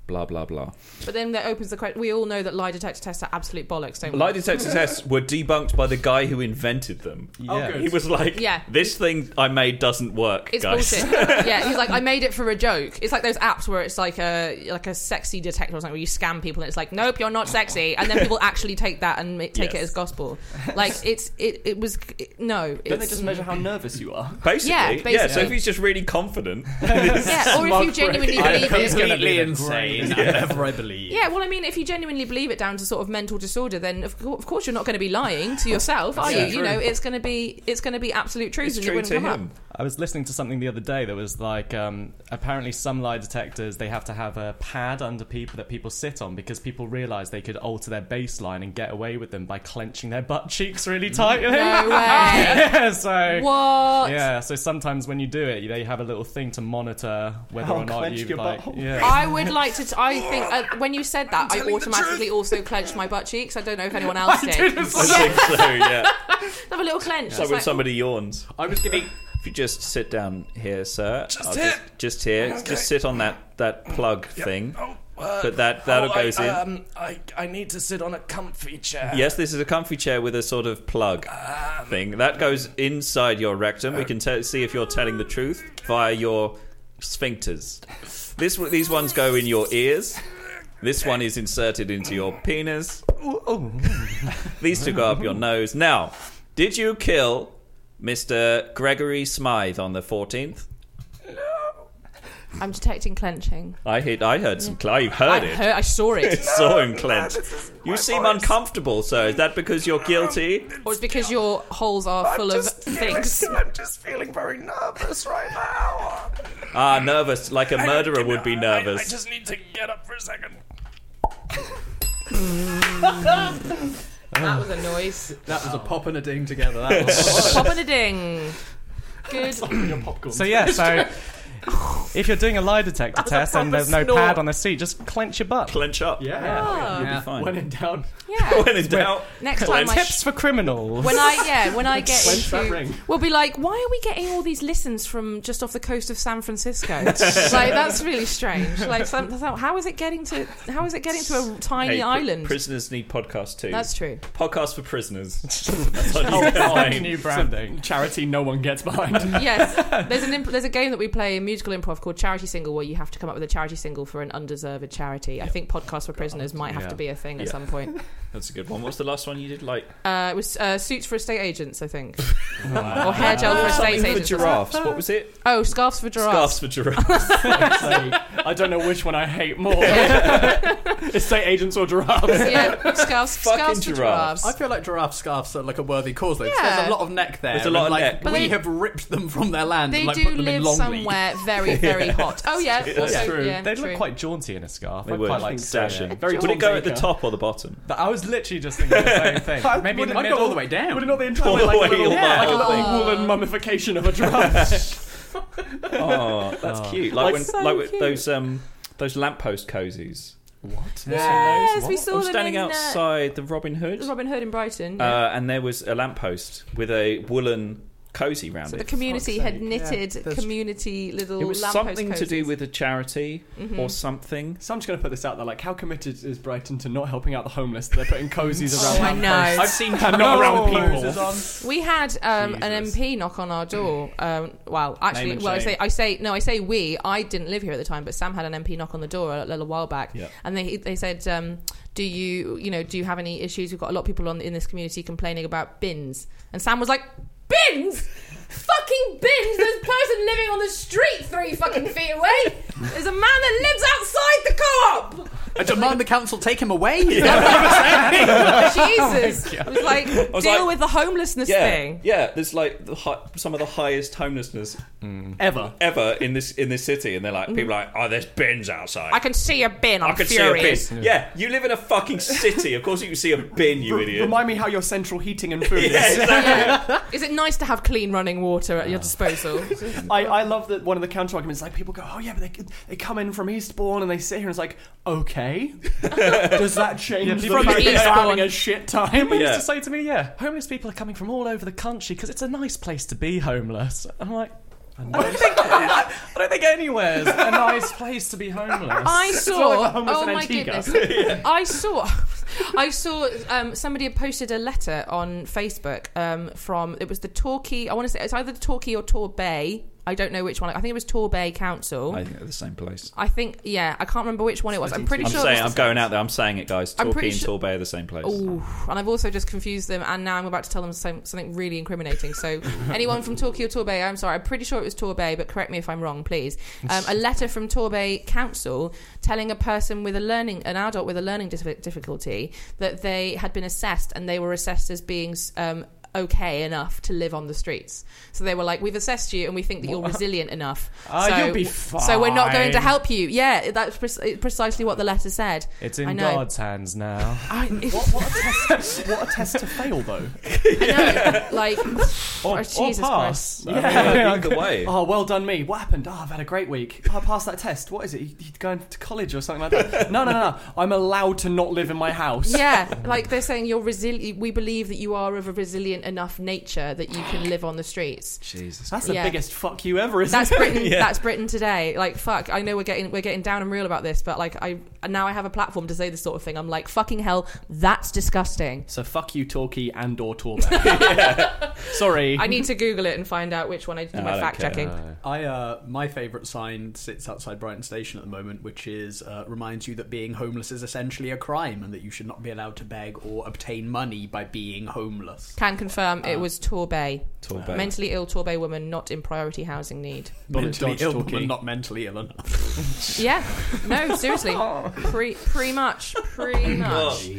S1: blah blah blah.
S2: But then that opens the question. We all know that lie detector tests are absolute bollocks, don't we?
S1: Lie detector tests were debunked by the guy who invented them.
S5: Yeah.
S1: He was like,
S2: Yeah.
S1: this thing I made doesn't work,
S2: It's
S1: guys.
S2: bullshit. yeah, he's like, I made it for a joke. It's like those apps where it's like a like a sexy detector or something where you scam people and it's like, nope, you're not sexy, and then people actually take that and ma- take it
S1: Yes.
S2: as gospel. Like it's it it was it- no.
S3: Don't they
S2: it's-
S3: just measure how nervous you are?
S1: Basically,
S2: Yeah,
S1: yeah. So
S2: basically.
S1: if he's just really confident,
S2: yeah, or if you
S3: Mark
S2: genuinely
S3: Brady.
S2: believe it.
S4: completely insane. Whatever I believe.
S2: Yeah, well, I mean, if you genuinely believe it down to sort of mental disorder, then of, co- of course you're not going to be lying to yourself, are
S1: Yeah,
S2: you?
S1: true.
S2: You know, it's going to be it's going to be absolute truth,
S1: it's
S2: and it
S1: true
S2: wouldn't
S1: to
S2: come
S1: him.
S2: up.
S5: I was listening to something the other day that was like um, apparently some lie detectors they have to have a pad under people that people sit on because people realize they could alter their baseline and get away with them by clenching their butt cheeks really tightly.
S2: No way.
S5: yeah, so
S2: What?
S5: yeah, so sometimes when you do it, they have a little thing to monitor whether
S3: Oh,
S5: or not
S3: clench
S5: you've
S3: your
S5: like
S3: butthole.
S5: yeah.
S2: I would like to. T- I think uh, when you said that, I automatically also clenched my butt cheeks. I don't know if anyone else did.
S1: I think so. Yeah.
S2: Have a little clench.
S1: So
S2: It's
S1: when
S2: like,
S1: somebody yawns,
S4: I was giving.
S1: if you just sit down here, sir, I'll just here, just, here, just sit on that that plug thing. But that that goes in.
S7: Um, I, I need to sit on a comfy chair.
S1: Yes, this is a comfy chair with a sort of plug thing that goes inside your rectum. We can te- see if you're telling the truth via your sphincters. This w- these ones go in your ears. This one is inserted into your penis. These two go up your nose. Now, did you kill Mr. Gregory Smythe on the 14th?
S2: I'm detecting clenching.
S1: I hit. I heard some. Cl- I
S2: I
S1: heard it.
S2: heard. I saw it.
S1: Saw him clench. You seem uncomfortable, sir. Is that because you're guilty?
S2: Or it's because your holes are full of things.
S7: I'm just feeling very nervous right now.
S1: Ah, nervous. Like a murderer would be nervous.
S7: I, just need to get up for a second.
S2: That was a noise.
S6: That was a pop and a ding together. That was
S2: Pop and a ding. Good.
S5: So yeah, so if you're doing a lie detector test and there's no pad on the seat, just clench your butt.
S1: clench up.
S2: Oh,
S1: You'll be fine.
S3: When in doubt,
S2: yeah.
S1: When in doubt,
S2: Next time I.
S5: Tips for criminals.
S2: when I yeah, when I get
S3: Clench that
S2: into,
S3: ring.
S2: we'll be like, why are we getting all these listens from just off the coast of San Francisco? like that's really strange. Like, some, some- how is it getting to how is it getting to a tiny
S1: Hey, pr-
S2: island?
S1: prisoners need podcasts too.
S2: that's Oh, true.
S1: Podcast for prisoners. That's what
S3: Oh,
S1: you can
S5: new
S1: find.
S5: branding.
S3: charity no one gets behind.
S2: Yes, there's an imp- there's a game that we play in musical improv called Charity Single, where you have to come up with a charity single for an undeserved charity. I think Podcast for Prisoners might have
S5: Yeah.
S2: to be a thing at
S1: Yeah.
S2: some point.
S1: That's a good one. What's the last one you did? Like
S2: Uh, it was uh, suits for estate agents, I think, or hair gel for estate
S1: something for
S2: agents.
S1: giraffes. What was it?
S2: Oh, scarves for giraffes.
S1: Scarves for giraffes.
S3: So, I don't know which one I hate more: estate agents or giraffes.
S2: Yeah, scarves,
S1: Fucking
S2: scarves
S1: giraffes.
S2: for giraffes.
S4: I feel like giraffe scarves are like a worthy cause though. 'cause
S2: Yeah.
S4: There's a lot of neck there.
S1: There's a lot
S4: and,
S1: of
S4: like,
S1: neck.
S2: But
S4: We
S2: they-
S4: have ripped them from their land
S2: They
S4: and like
S2: do
S4: put them in
S2: live
S4: Longleat.
S2: somewhere very, very hot. Oh yeah, also,
S1: That's
S5: true.
S2: Yeah,
S5: they
S2: true.
S5: look quite jaunty in a scarf.
S1: They
S5: I
S1: were
S5: quite like
S1: dashing.
S5: dashing.
S1: Would
S3: Very
S1: it go at the
S3: Tom Baker.
S1: top or the bottom?
S5: I was literally just thinking the same thing. Maybe in
S3: Would
S5: the
S3: it
S5: middle.
S3: go all the
S4: way down.
S3: Would it not be
S1: All
S3: entirely
S1: the
S3: like a
S1: way
S3: little,
S1: all
S3: like a
S1: the
S3: little
S2: way.
S3: woolen mummification of a giraffe?
S1: Oh, that's cute. Like
S3: Like
S1: when,
S2: so
S1: like with
S2: cute.
S1: those um, those lamppost cozies.
S2: yes, we
S1: I
S2: saw
S1: was
S2: them
S1: standing
S2: in uh,
S1: outside the Robin Hood,
S2: Robin Hood in Brighton. yeah.
S1: uh, and there was a lamppost with a woolen cozy round
S2: so the
S1: it.
S2: community
S4: fuck's
S2: had
S4: sake,
S2: knitted
S4: yeah, that's-
S2: community little.
S1: It was
S2: lamppost Mm-hmm.
S1: something to do
S2: cozies.
S1: with a charity
S2: Hmm.
S1: or something.
S3: So I'm just going to put this out there: like, how committed is Brighton to not helping out the homeless? They're putting cozies
S2: Oh, I
S3: around.
S2: know.
S4: I've seen
S3: And not around
S4: Roses
S3: people.
S4: on.
S2: We had um, an
S5: Jesus.
S2: MP knock on our door. Um, well,
S3: Name
S2: actually,
S3: and
S2: well, I
S3: shame.
S2: say, I say, no, I say we. I didn't live here at the time, but Sam had an MP knock on the door a little while back,
S1: Yeah.
S2: and they they said, um, "Do you, you know, do you have any issues? We've got a lot of people on in this community complaining about bins." And Sam was like, "Bins." Fucking bins! There's a person living on the street three fucking feet away! There's a man that lives outside the co op!
S4: I demand the council take him away.
S2: Jesus! It was like,
S1: was
S2: deal
S1: like-
S2: with the homelessness
S1: Yeah,
S2: thing.
S1: yeah. There's like the hi- some of the highest homelessness
S3: Ever.
S1: ever in this in this city, and they're like people are like, oh, there's bins outside.
S2: Hmm. I can see a bin, I'm
S1: I can
S2: furious.
S1: see a bin. Yeah. you live in a fucking city. Of course you can see a bin, you idiot.
S3: Remind me how your central heating and food
S1: yeah,
S3: is.
S1: exactly.
S2: Is it nice to have clean running water at your disposal?
S3: I, I love that one of the counter arguments like people go, oh yeah, but they they come in from Eastbourne and they sit here and it's like, okay, does that change the
S5: from
S3: fact that they're
S2: Eastbourne.
S3: having a shit time?
S5: People
S1: Yeah.
S5: used to say to me, "Yeah, homeless people are coming from all over the country because it's a nice place to be homeless." I'm like, I don't think, I don't think anywhere's a nice place to be homeless.
S2: I
S3: not like
S2: saw.
S3: the homeless
S2: oh
S3: in
S2: my
S3: Antigua.
S2: goodness! I saw. I saw um, somebody had posted a letter on Facebook um, from it was the Torquay. I want to say it's either the Torquay or Torbay. I don't know which one. I think it was Torbay Council.
S1: I
S2: I,
S1: think they're the same place.
S2: think yeah. I can't remember which one it was. I'm pretty
S1: I'm
S2: sure.
S1: saying,
S2: it
S1: I'm
S2: was
S1: going out there. I'm saying it, guys.
S2: I'm
S1: Torquay
S2: pretty
S1: and
S2: sure- Oh,
S1: Torbay are the same place.
S2: Ooh, and I've also just confused them, and now I'm about to tell them some, something really incriminating. So, anyone from Torquay or Torbay, I'm sorry, I'm pretty sure it was Torbay, but correct me if I'm wrong, please. Um, a letter from Torbay Council telling a person with a learning, an adult with a learning dif- difficulty, that they had been assessed, and they were assessed as being. Um, Okay enough to live on the streets, so they were like, "We've assessed you, and we think that you're resilient enough.
S5: Ah,
S2: so,
S5: you'll be
S2: So we're not going to
S5: fine."
S2: help you." Yeah, that's pre- precisely what the letter said.
S5: It's
S2: I
S5: in
S2: know.
S5: God's hands now.
S2: I,
S3: What, what, a test, what a test to fail, though.
S2: I know, like,
S5: Or,
S2: oh,
S5: or
S2: Jesus Christ.
S5: pass.
S1: So, I mean, either way.
S3: Oh, well done me. What happened? Oh, I've had a great week. Oh, I passed that test. What is it? You- You're going to college or something like that? No, no, no. no. I'm allowed to not live in my house.
S2: Yeah, like they're saying you're resilient. We believe that you are of a resilient enough nature that you can live on the streets.
S1: Jesus.
S3: That's the
S2: Yeah.
S3: biggest fuck you ever, isn't
S2: That's
S3: it?
S2: Britain. That's Britain today. Like fuck, I know we're getting we're getting down and real about this, but like I now I have a platform to say this sort of thing. I'm like fucking hell, that's disgusting.
S3: So fuck you, Torquay and or Torbay. Sorry.
S2: I need to Google it and find out which one I did
S1: No, I
S2: my
S1: don't
S2: fact
S1: care.
S2: checking.
S4: I uh, my favourite sign sits outside Brighton Station at the moment, which is uh, reminds you that being homeless is essentially a crime and that you should not be allowed to beg or obtain money by being homeless.
S2: Can confirm it was Uh, Torbay.
S1: Torbay.
S2: Mentally ill Torbay woman not in priority housing need.
S3: Bullet
S4: mentally
S3: dodge
S4: ill,
S3: Torquay.
S4: but not mentally ill enough.
S2: Yeah. No, seriously. Pre pretty much. Pretty much.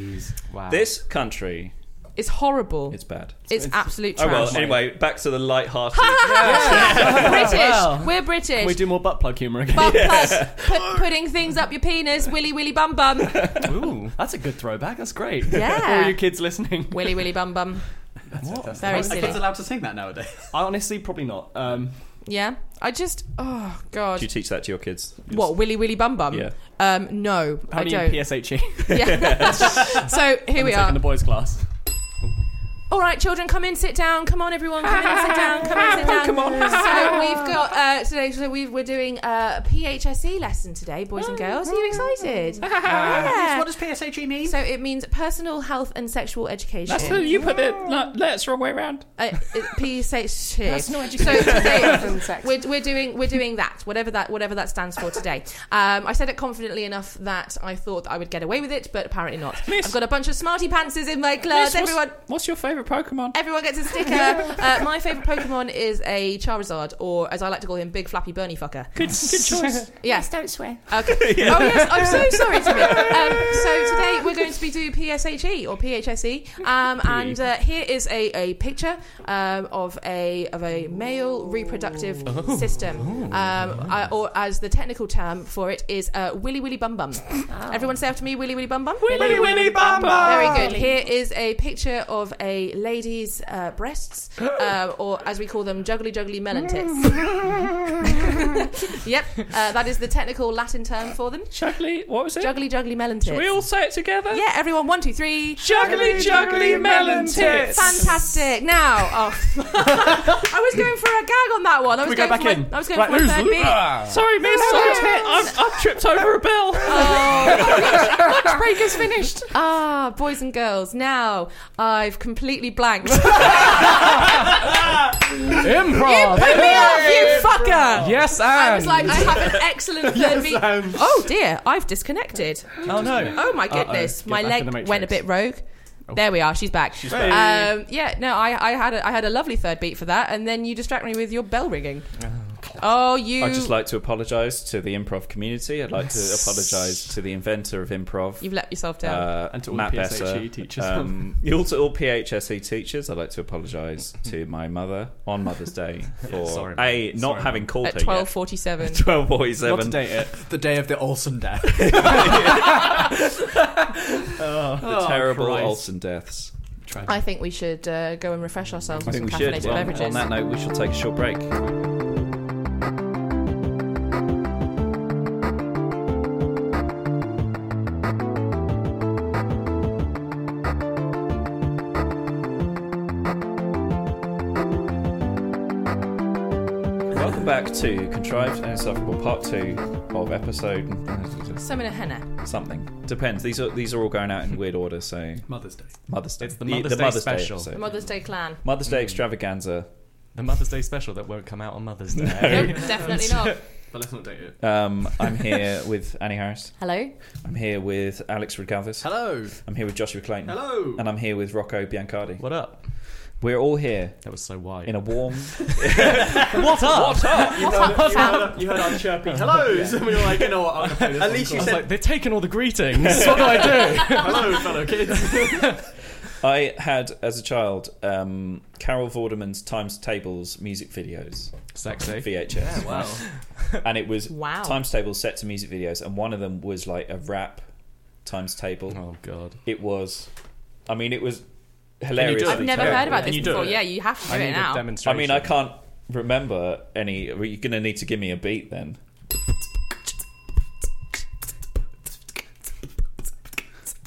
S5: Wow.
S1: This country,
S2: It's horrible.
S1: it's bad.
S2: It's, absolute
S1: Oh
S2: trash.
S1: well. Anyway, back to the light-hearted.
S2: British.
S3: Well.
S2: We're British.
S3: we do more butt plug humour again.
S2: Bum plus pu- putting things up your penis, willy willy bum bum,
S3: Ooh, that's a good throwback. That's great.
S2: Yeah.
S3: All you kids listening.
S2: willy willy bum bum. Very
S4: Are
S2: silly.
S4: kids allowed to sing that nowadays?
S3: Honestly, probably not. Um,
S2: Yeah, I just oh
S1: Do you
S2: god,
S1: teach that to your kids?
S2: what willy willy bum bum?
S1: Yeah.
S2: Um, no,
S3: how
S2: I
S3: do you
S2: don't.
S3: PSHE?
S2: Yeah. so here we
S3: Taking
S2: are.
S3: the boys' class.
S2: All right, children, come in, sit down. Come on, everyone, come in and sit down. Come in and sit down. Come on. So we've got uh, today. So we've, we're doing a PHSE E lesson today, boys and girls. Are you excited? yeah.
S4: What does PSHE E mean?
S2: So it means personal health and sexual education.
S7: That's who you put it. No, that's wrong way around.
S2: uh, PSH. Personal education. So today we're, we're doing we're doing that whatever that whatever that stands for today. Um, I said it confidently enough that I thought I would get away with it, but apparently not.
S7: Miss-
S2: I've got a bunch of smarty pantses in my class.
S7: Miss, what's-
S2: Everyone.
S7: What's your favourite Pokemon?
S2: Everyone gets a sticker. Uh, my favourite Pokemon is a Charizard, or as I like to call him, Big Flappy Bernie Fucker.
S7: Good, good choice.
S2: Yes,
S8: Don't swear.
S2: Okay. Oh yes, I'm so sorry to me. Um, so today we're going to be doing PSHE E or PHSE, um,
S7: E.
S2: and uh, here is a, a picture um, of a of a male reproductive
S7: Oh.
S2: system, um, uh, or as the technical term for it is uh, willy willy bum bum. Everyone say after me, willy willy bum bum.
S7: Oh. Willy Willy Bum Bum.
S2: Very good. Here is a picture of a lady's uh, breasts, uh, or as we call them, juggly juggly melon tits. yep, uh, that is the technical Latin term for them.
S7: Juggly, what was it?
S2: Juggly juggly melon tits.
S7: Should we all say it together?
S2: yeah, everyone, one, two, three.
S7: Juggly, juggly melon tits.
S2: Fantastic. Now, oh. I was going for a gag on that one. I was
S3: we go
S2: going
S3: back
S2: for
S3: in?
S2: My, I was going
S3: Right,
S2: for my
S3: who's
S2: third
S3: Lu-
S2: beat.
S7: Ah. Sorry, miss. I've, I've tripped over a bell.
S2: Lunch break is finished. Oh, Ah, boys and girls. Now I've completely blanked.
S7: Oh,
S2: You
S5: Improv.
S2: put me off, you fucker.
S5: Yes,
S2: I
S5: and
S2: was like, I have an excellent third beat.
S3: and-
S2: Oh dear, I've disconnected.
S5: oh no.
S2: Oh my
S3: Uh-oh.
S2: goodness,
S3: Get
S2: my
S3: back in
S2: leg
S3: the matrix.
S2: went a bit rogue. There we are. She's back. She's
S3: back.
S2: Um, yeah, no, I, I had a, I had a lovely third beat for that, and then you distract me with your bell ringing. Oh, you.
S1: I'd just like to apologise to the improv community. I'd like to apologise to the inventor of improv.
S2: You've let yourself down.
S1: uh,
S3: And to all
S1: Matt
S3: the PSHE
S1: Besser.
S3: E teachers.
S1: Um, you also all PHSE E teachers. I'd like to apologise to my mother on Mother's Day for
S5: sorry,
S1: a not having called
S2: at
S1: her yet.
S2: twelve forty-seven.
S1: Twelve
S3: Not to
S1: forty-seven.
S3: date it.
S4: The day of the Olsen death.
S1: The terrible
S3: Oh, Christ.
S1: Olsen deaths.
S2: I think we should uh, go and refresh ourselves
S1: I
S2: with
S1: think
S2: some
S1: we
S2: caffeinated
S1: should. Well,
S2: beverages.
S1: on that note, we shall take a short break. Welcome back to Contrived and Insufferable Part 2 of episode uh,
S2: Some in a henna.
S1: something. Depends. These are these are all going out in weird order, so
S3: Mother's Day.
S1: Mother's Day.
S5: It's the Mother's Day special. Hmm.
S2: The
S1: episode.
S2: Mother's Day clan.
S1: Mother's Day extravaganza.
S5: The Mother's Day special that won't come out on Mother's Day.
S2: Nope, definitely not.
S3: But let's not date it.
S1: Um, I'm here with Annie Harris.
S2: Hello.
S1: I'm here with Alex Redgalvis.
S4: Hello.
S1: I'm here with Joshua Clayton.
S3: Hello.
S1: And I'm here with Rocco Biancardi.
S5: What up?
S1: We're all here
S5: That was so white.
S1: in a warm.
S5: what up? What up?
S3: You heard, you, heard, you heard our chirpy hellos, and we were like, you know what? I'm gonna play this
S4: At
S3: one
S4: least
S3: cool.
S5: I
S4: you
S5: was
S4: said-
S5: like, they're taking all the greetings. what do I do?
S3: hello, fellow kids.
S1: I had, as a child, um, Carol Vorderman's Times Tables music videos,
S5: Sexy.
S1: VHS.
S3: wow.
S1: and it was
S2: Wow.
S1: times tables set to music videos, and one of them was like a rap times table.
S5: Oh god.
S1: It was, I mean, it was hilarious.
S2: I've never
S1: Yeah.
S2: heard about
S3: And
S2: this
S3: you do
S2: before.
S3: it.
S2: Yeah, you have to do
S5: I
S2: it
S5: need a
S2: now.
S1: I
S5: demonstration.
S1: mean, I can't remember any. You're going to need to give me a beat then.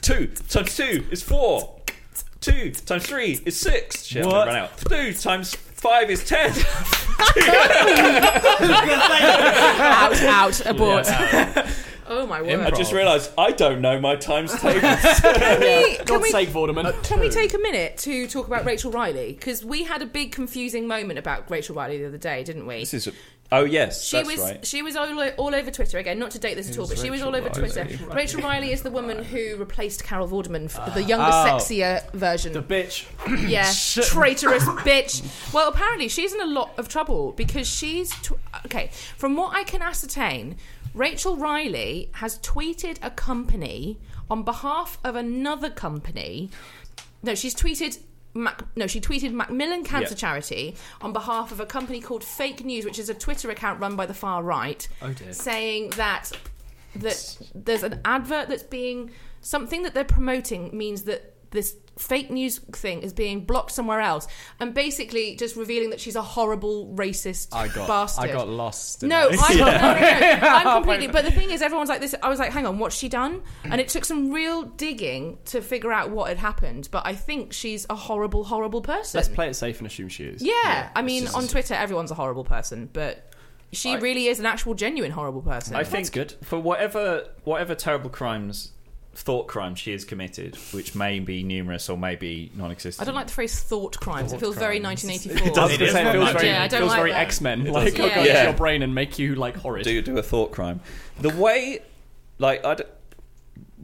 S1: Two times two is four. Two times three is six. Shit, I'm gonna
S5: What?
S1: run out. Two times five is ten.
S2: out, out, abort. oh my word.
S1: I just realised I don't know my times tables.
S2: Can we, can
S3: God's
S2: we- Uh,
S3: sake, Vorderman.
S2: Can we take a minute to talk about Rachel Riley? Because we had a big confusing moment about Rachel Riley the other day, didn't we?
S1: this is. Oh yes,
S2: She
S1: that's
S2: was
S1: right.
S2: she was all, o- all over Twitter again. Not to date this at all, but she was all over Twitter. Rachel Riley is the woman who replaced Carol Vorderman, for the younger, sexier version.
S3: The bitch.
S2: yeah, traitorous bitch. Well, apparently she's in a lot of trouble because she's tw- okay. From what I can ascertain, Rachel Riley has tweeted a company on behalf of another company. No, she's tweeted. Mac, no, she tweeted Macmillan Cancer
S1: Yeah.
S2: Charity on behalf of a company called Fake News, which is a Twitter account run by the far right,
S3: Oh, dear.
S2: saying that that there's an advert that's being something that they're promoting means that this fake news thing is being blocked somewhere else and basically just revealing that she's a horrible racist
S5: I got.
S2: bastard
S5: I got lost.
S2: no, I, no, no, no. I'm completely. But the thing is, everyone's like this. I was like, hang on, what's she done? And it took some real digging to figure out what had happened. But I think she's a horrible, horrible person.
S3: Let's play it safe and assume she is.
S2: Yeah, I mean, on Twitter, everyone's a horrible person, but she really is an actual, genuine horrible person.
S1: I think good for whatever whatever terrible crimes, thought crimes she has committed, which may be numerous or may be
S2: I
S1: non-existent.
S2: don't like the phrase "thought crimes." it feels very 1984.
S3: Does it,
S1: is
S3: it feels
S1: much.
S3: very,
S2: Yeah, I don't
S3: feels
S2: like
S3: very
S2: that.
S3: X-Men. Like,
S2: does.
S3: oh, go
S1: Yeah.
S3: into your brain and make you like horrid.
S1: do do a thought crime. The way, like I, d-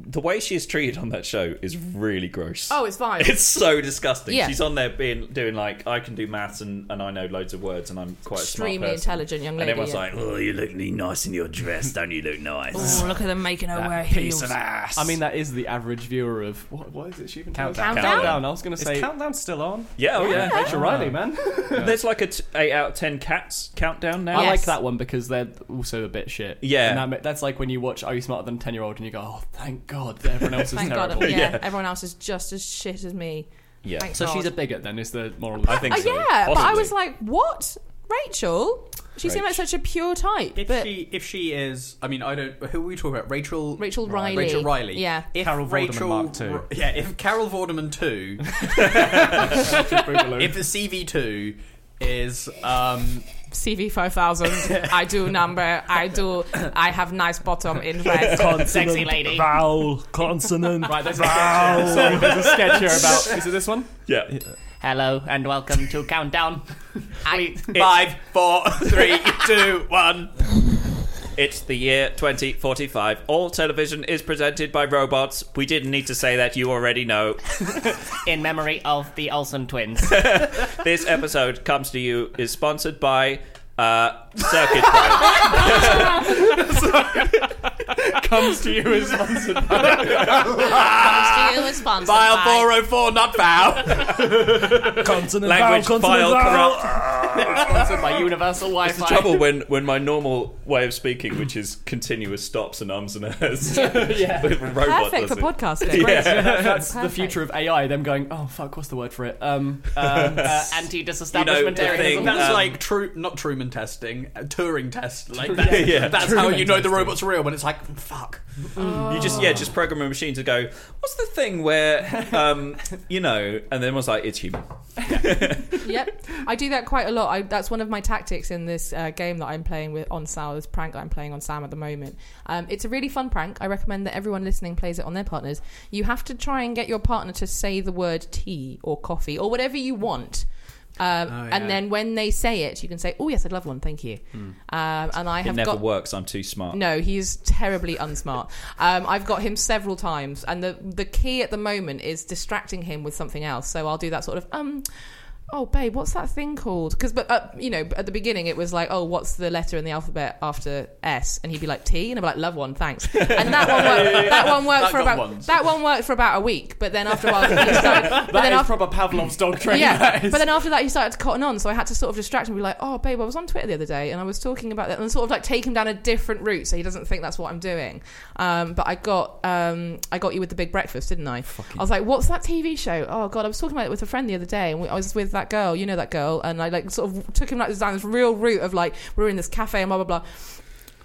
S1: the way she is treated on that show is really gross.
S2: Oh, it's vile.
S1: It's so disgusting.
S2: Yeah.
S1: She's on there being doing like I can do maths and, and I know loads of words and I'm quite a
S2: Extremely
S1: smart person.
S2: intelligent young
S1: And
S2: lady.
S1: everyone's
S2: yeah.
S1: like, "Oh, you look really nice in your dress, don't you? Look nice."
S2: oh, look at them making her wear
S1: Piece
S2: heels.
S1: of ass.
S3: I mean, that is the average viewer of what? What is it? She even
S5: Countdown.
S3: does?
S2: Countdown.
S3: Countdown. I was gonna
S5: Is
S3: say
S5: countdown still on?
S1: yeah, oh yeah.
S3: Rachel Riley, man.
S1: There's like a t- eight out of ten cats countdown now.
S3: I
S2: Yes.
S3: like that one because they're also a bit shit.
S1: Yeah.
S3: and that, ma- that's like when you watch Are You Smarter Than a Ten Year Old and you go, Oh, thank God, that everyone else is
S2: Thank
S3: terrible.
S2: God, yeah,
S1: Yeah.
S2: Everyone else is just as shit as me.
S1: Yeah.
S2: Thank
S3: So
S2: God.
S3: she's a bigot, then is the moral. Of
S1: I think
S2: Uh,
S1: so.
S2: yeah, but I
S1: Possibly.
S2: was like, what? Rachel? She seemed like such a pure type.
S4: If
S2: but
S4: she if she is, I mean, I don't. Who are we talking about? Rachel.
S2: Rachel Riley.
S4: Rachel Riley.
S2: Yeah.
S4: If
S5: Carol Vorderman
S4: Rachel,
S5: Mark two.
S4: Yeah. If Carol Vorderman two. if the CV two is um
S2: CV five thousand, I do number, I do I have nice bottom in red. Sexy lady.
S5: Vowel, consonant.
S3: Right, there's a sketch here. Sorry, there's a sketch here about. Is it this one?
S1: yeah.
S7: Hello and welcome to Countdown.
S2: I,
S4: five, four, three, two, one.
S1: It's the year 2045. All television is presented by robots. We didn't need to say that, you already know.
S7: In memory of the Olsen twins.
S1: This episode comes to you, is sponsored by uh, Circuit Breaker.
S3: Comes to you as sponsored.
S2: Steel is sponsored
S4: File
S2: by-
S4: four oh four, not foul.
S5: consonant,
S1: Language
S5: vowel,
S1: file
S5: consonant, vowel.
S1: corrupt.
S3: sponsored by Universal
S1: It's the
S3: Wi-Fi.
S1: trouble when, when my normal way of speaking, which is continuous stops and ums and ahs, yeah. with a robot
S2: Perfect for
S1: does it.
S2: podcasting.
S3: That's the
S2: Perfect.
S3: future of AI. Them going, oh fuck, what's the word for it? Um, um,
S7: Uh, Anti-disestablishmentarianism.
S1: thing-
S4: That's
S1: Um,
S4: like true, not Truman testing, uh, Turing test. Like that,
S1: Yeah.
S4: that's how you know the robot's real when it's like fuck.
S1: You just yeah, just program a machine to go. What's the thing where um, you know? And then was like, it's human.
S2: Yep. I do that quite a lot well. I, that's one of my tactics in this uh, game that I'm playing with on Sal. This prank that I'm playing on Sam at the moment. Um, it's a really fun prank. I recommend that everyone listening plays it on their partners. You have to try and get your partner to say the word tea or coffee or whatever you want. Um,
S4: Oh, yeah. Hmm.
S2: And then when they say it, you can say, "Oh yes, I'd love one, thank you." Um, and I
S1: It
S2: have
S1: never
S2: got
S1: works. I'm too smart.
S2: no, he's terribly unsmart. Um, I've got him several times, and the the key at the moment is distracting him with something else. So I'll do that sort of um. Oh, babe, what's that thing called? Because, but uh, you know, at the beginning it was like, oh, what's the letter in the alphabet after S? And he'd be like T, and I'd be like, love one, thanks. And that one worked. That one worked
S6: That
S2: for
S6: got
S2: about
S6: ones.
S2: that one worked for about a week. But then after a while, he started. But
S3: That
S2: then
S3: is
S2: after,
S3: proper Pavlov's dog training.
S2: yeah,
S3: that is.
S2: but then after that, he started to cotton on, so I had to sort of distract him and be like, "Oh, babe, I was on Twitter the other day, and I was talking about that," and sort of like take him down a different route, so he doesn't think that's what I'm doing. Um, but I got, um, I got you with the big breakfast, didn't I? I was like, "What's that TV show?" Oh God, I was talking about it with a friend the other day, and we, I was with that girl, you know that girl, and I like sort of took him like down this real route of like we we're in this cafe and blah blah blah.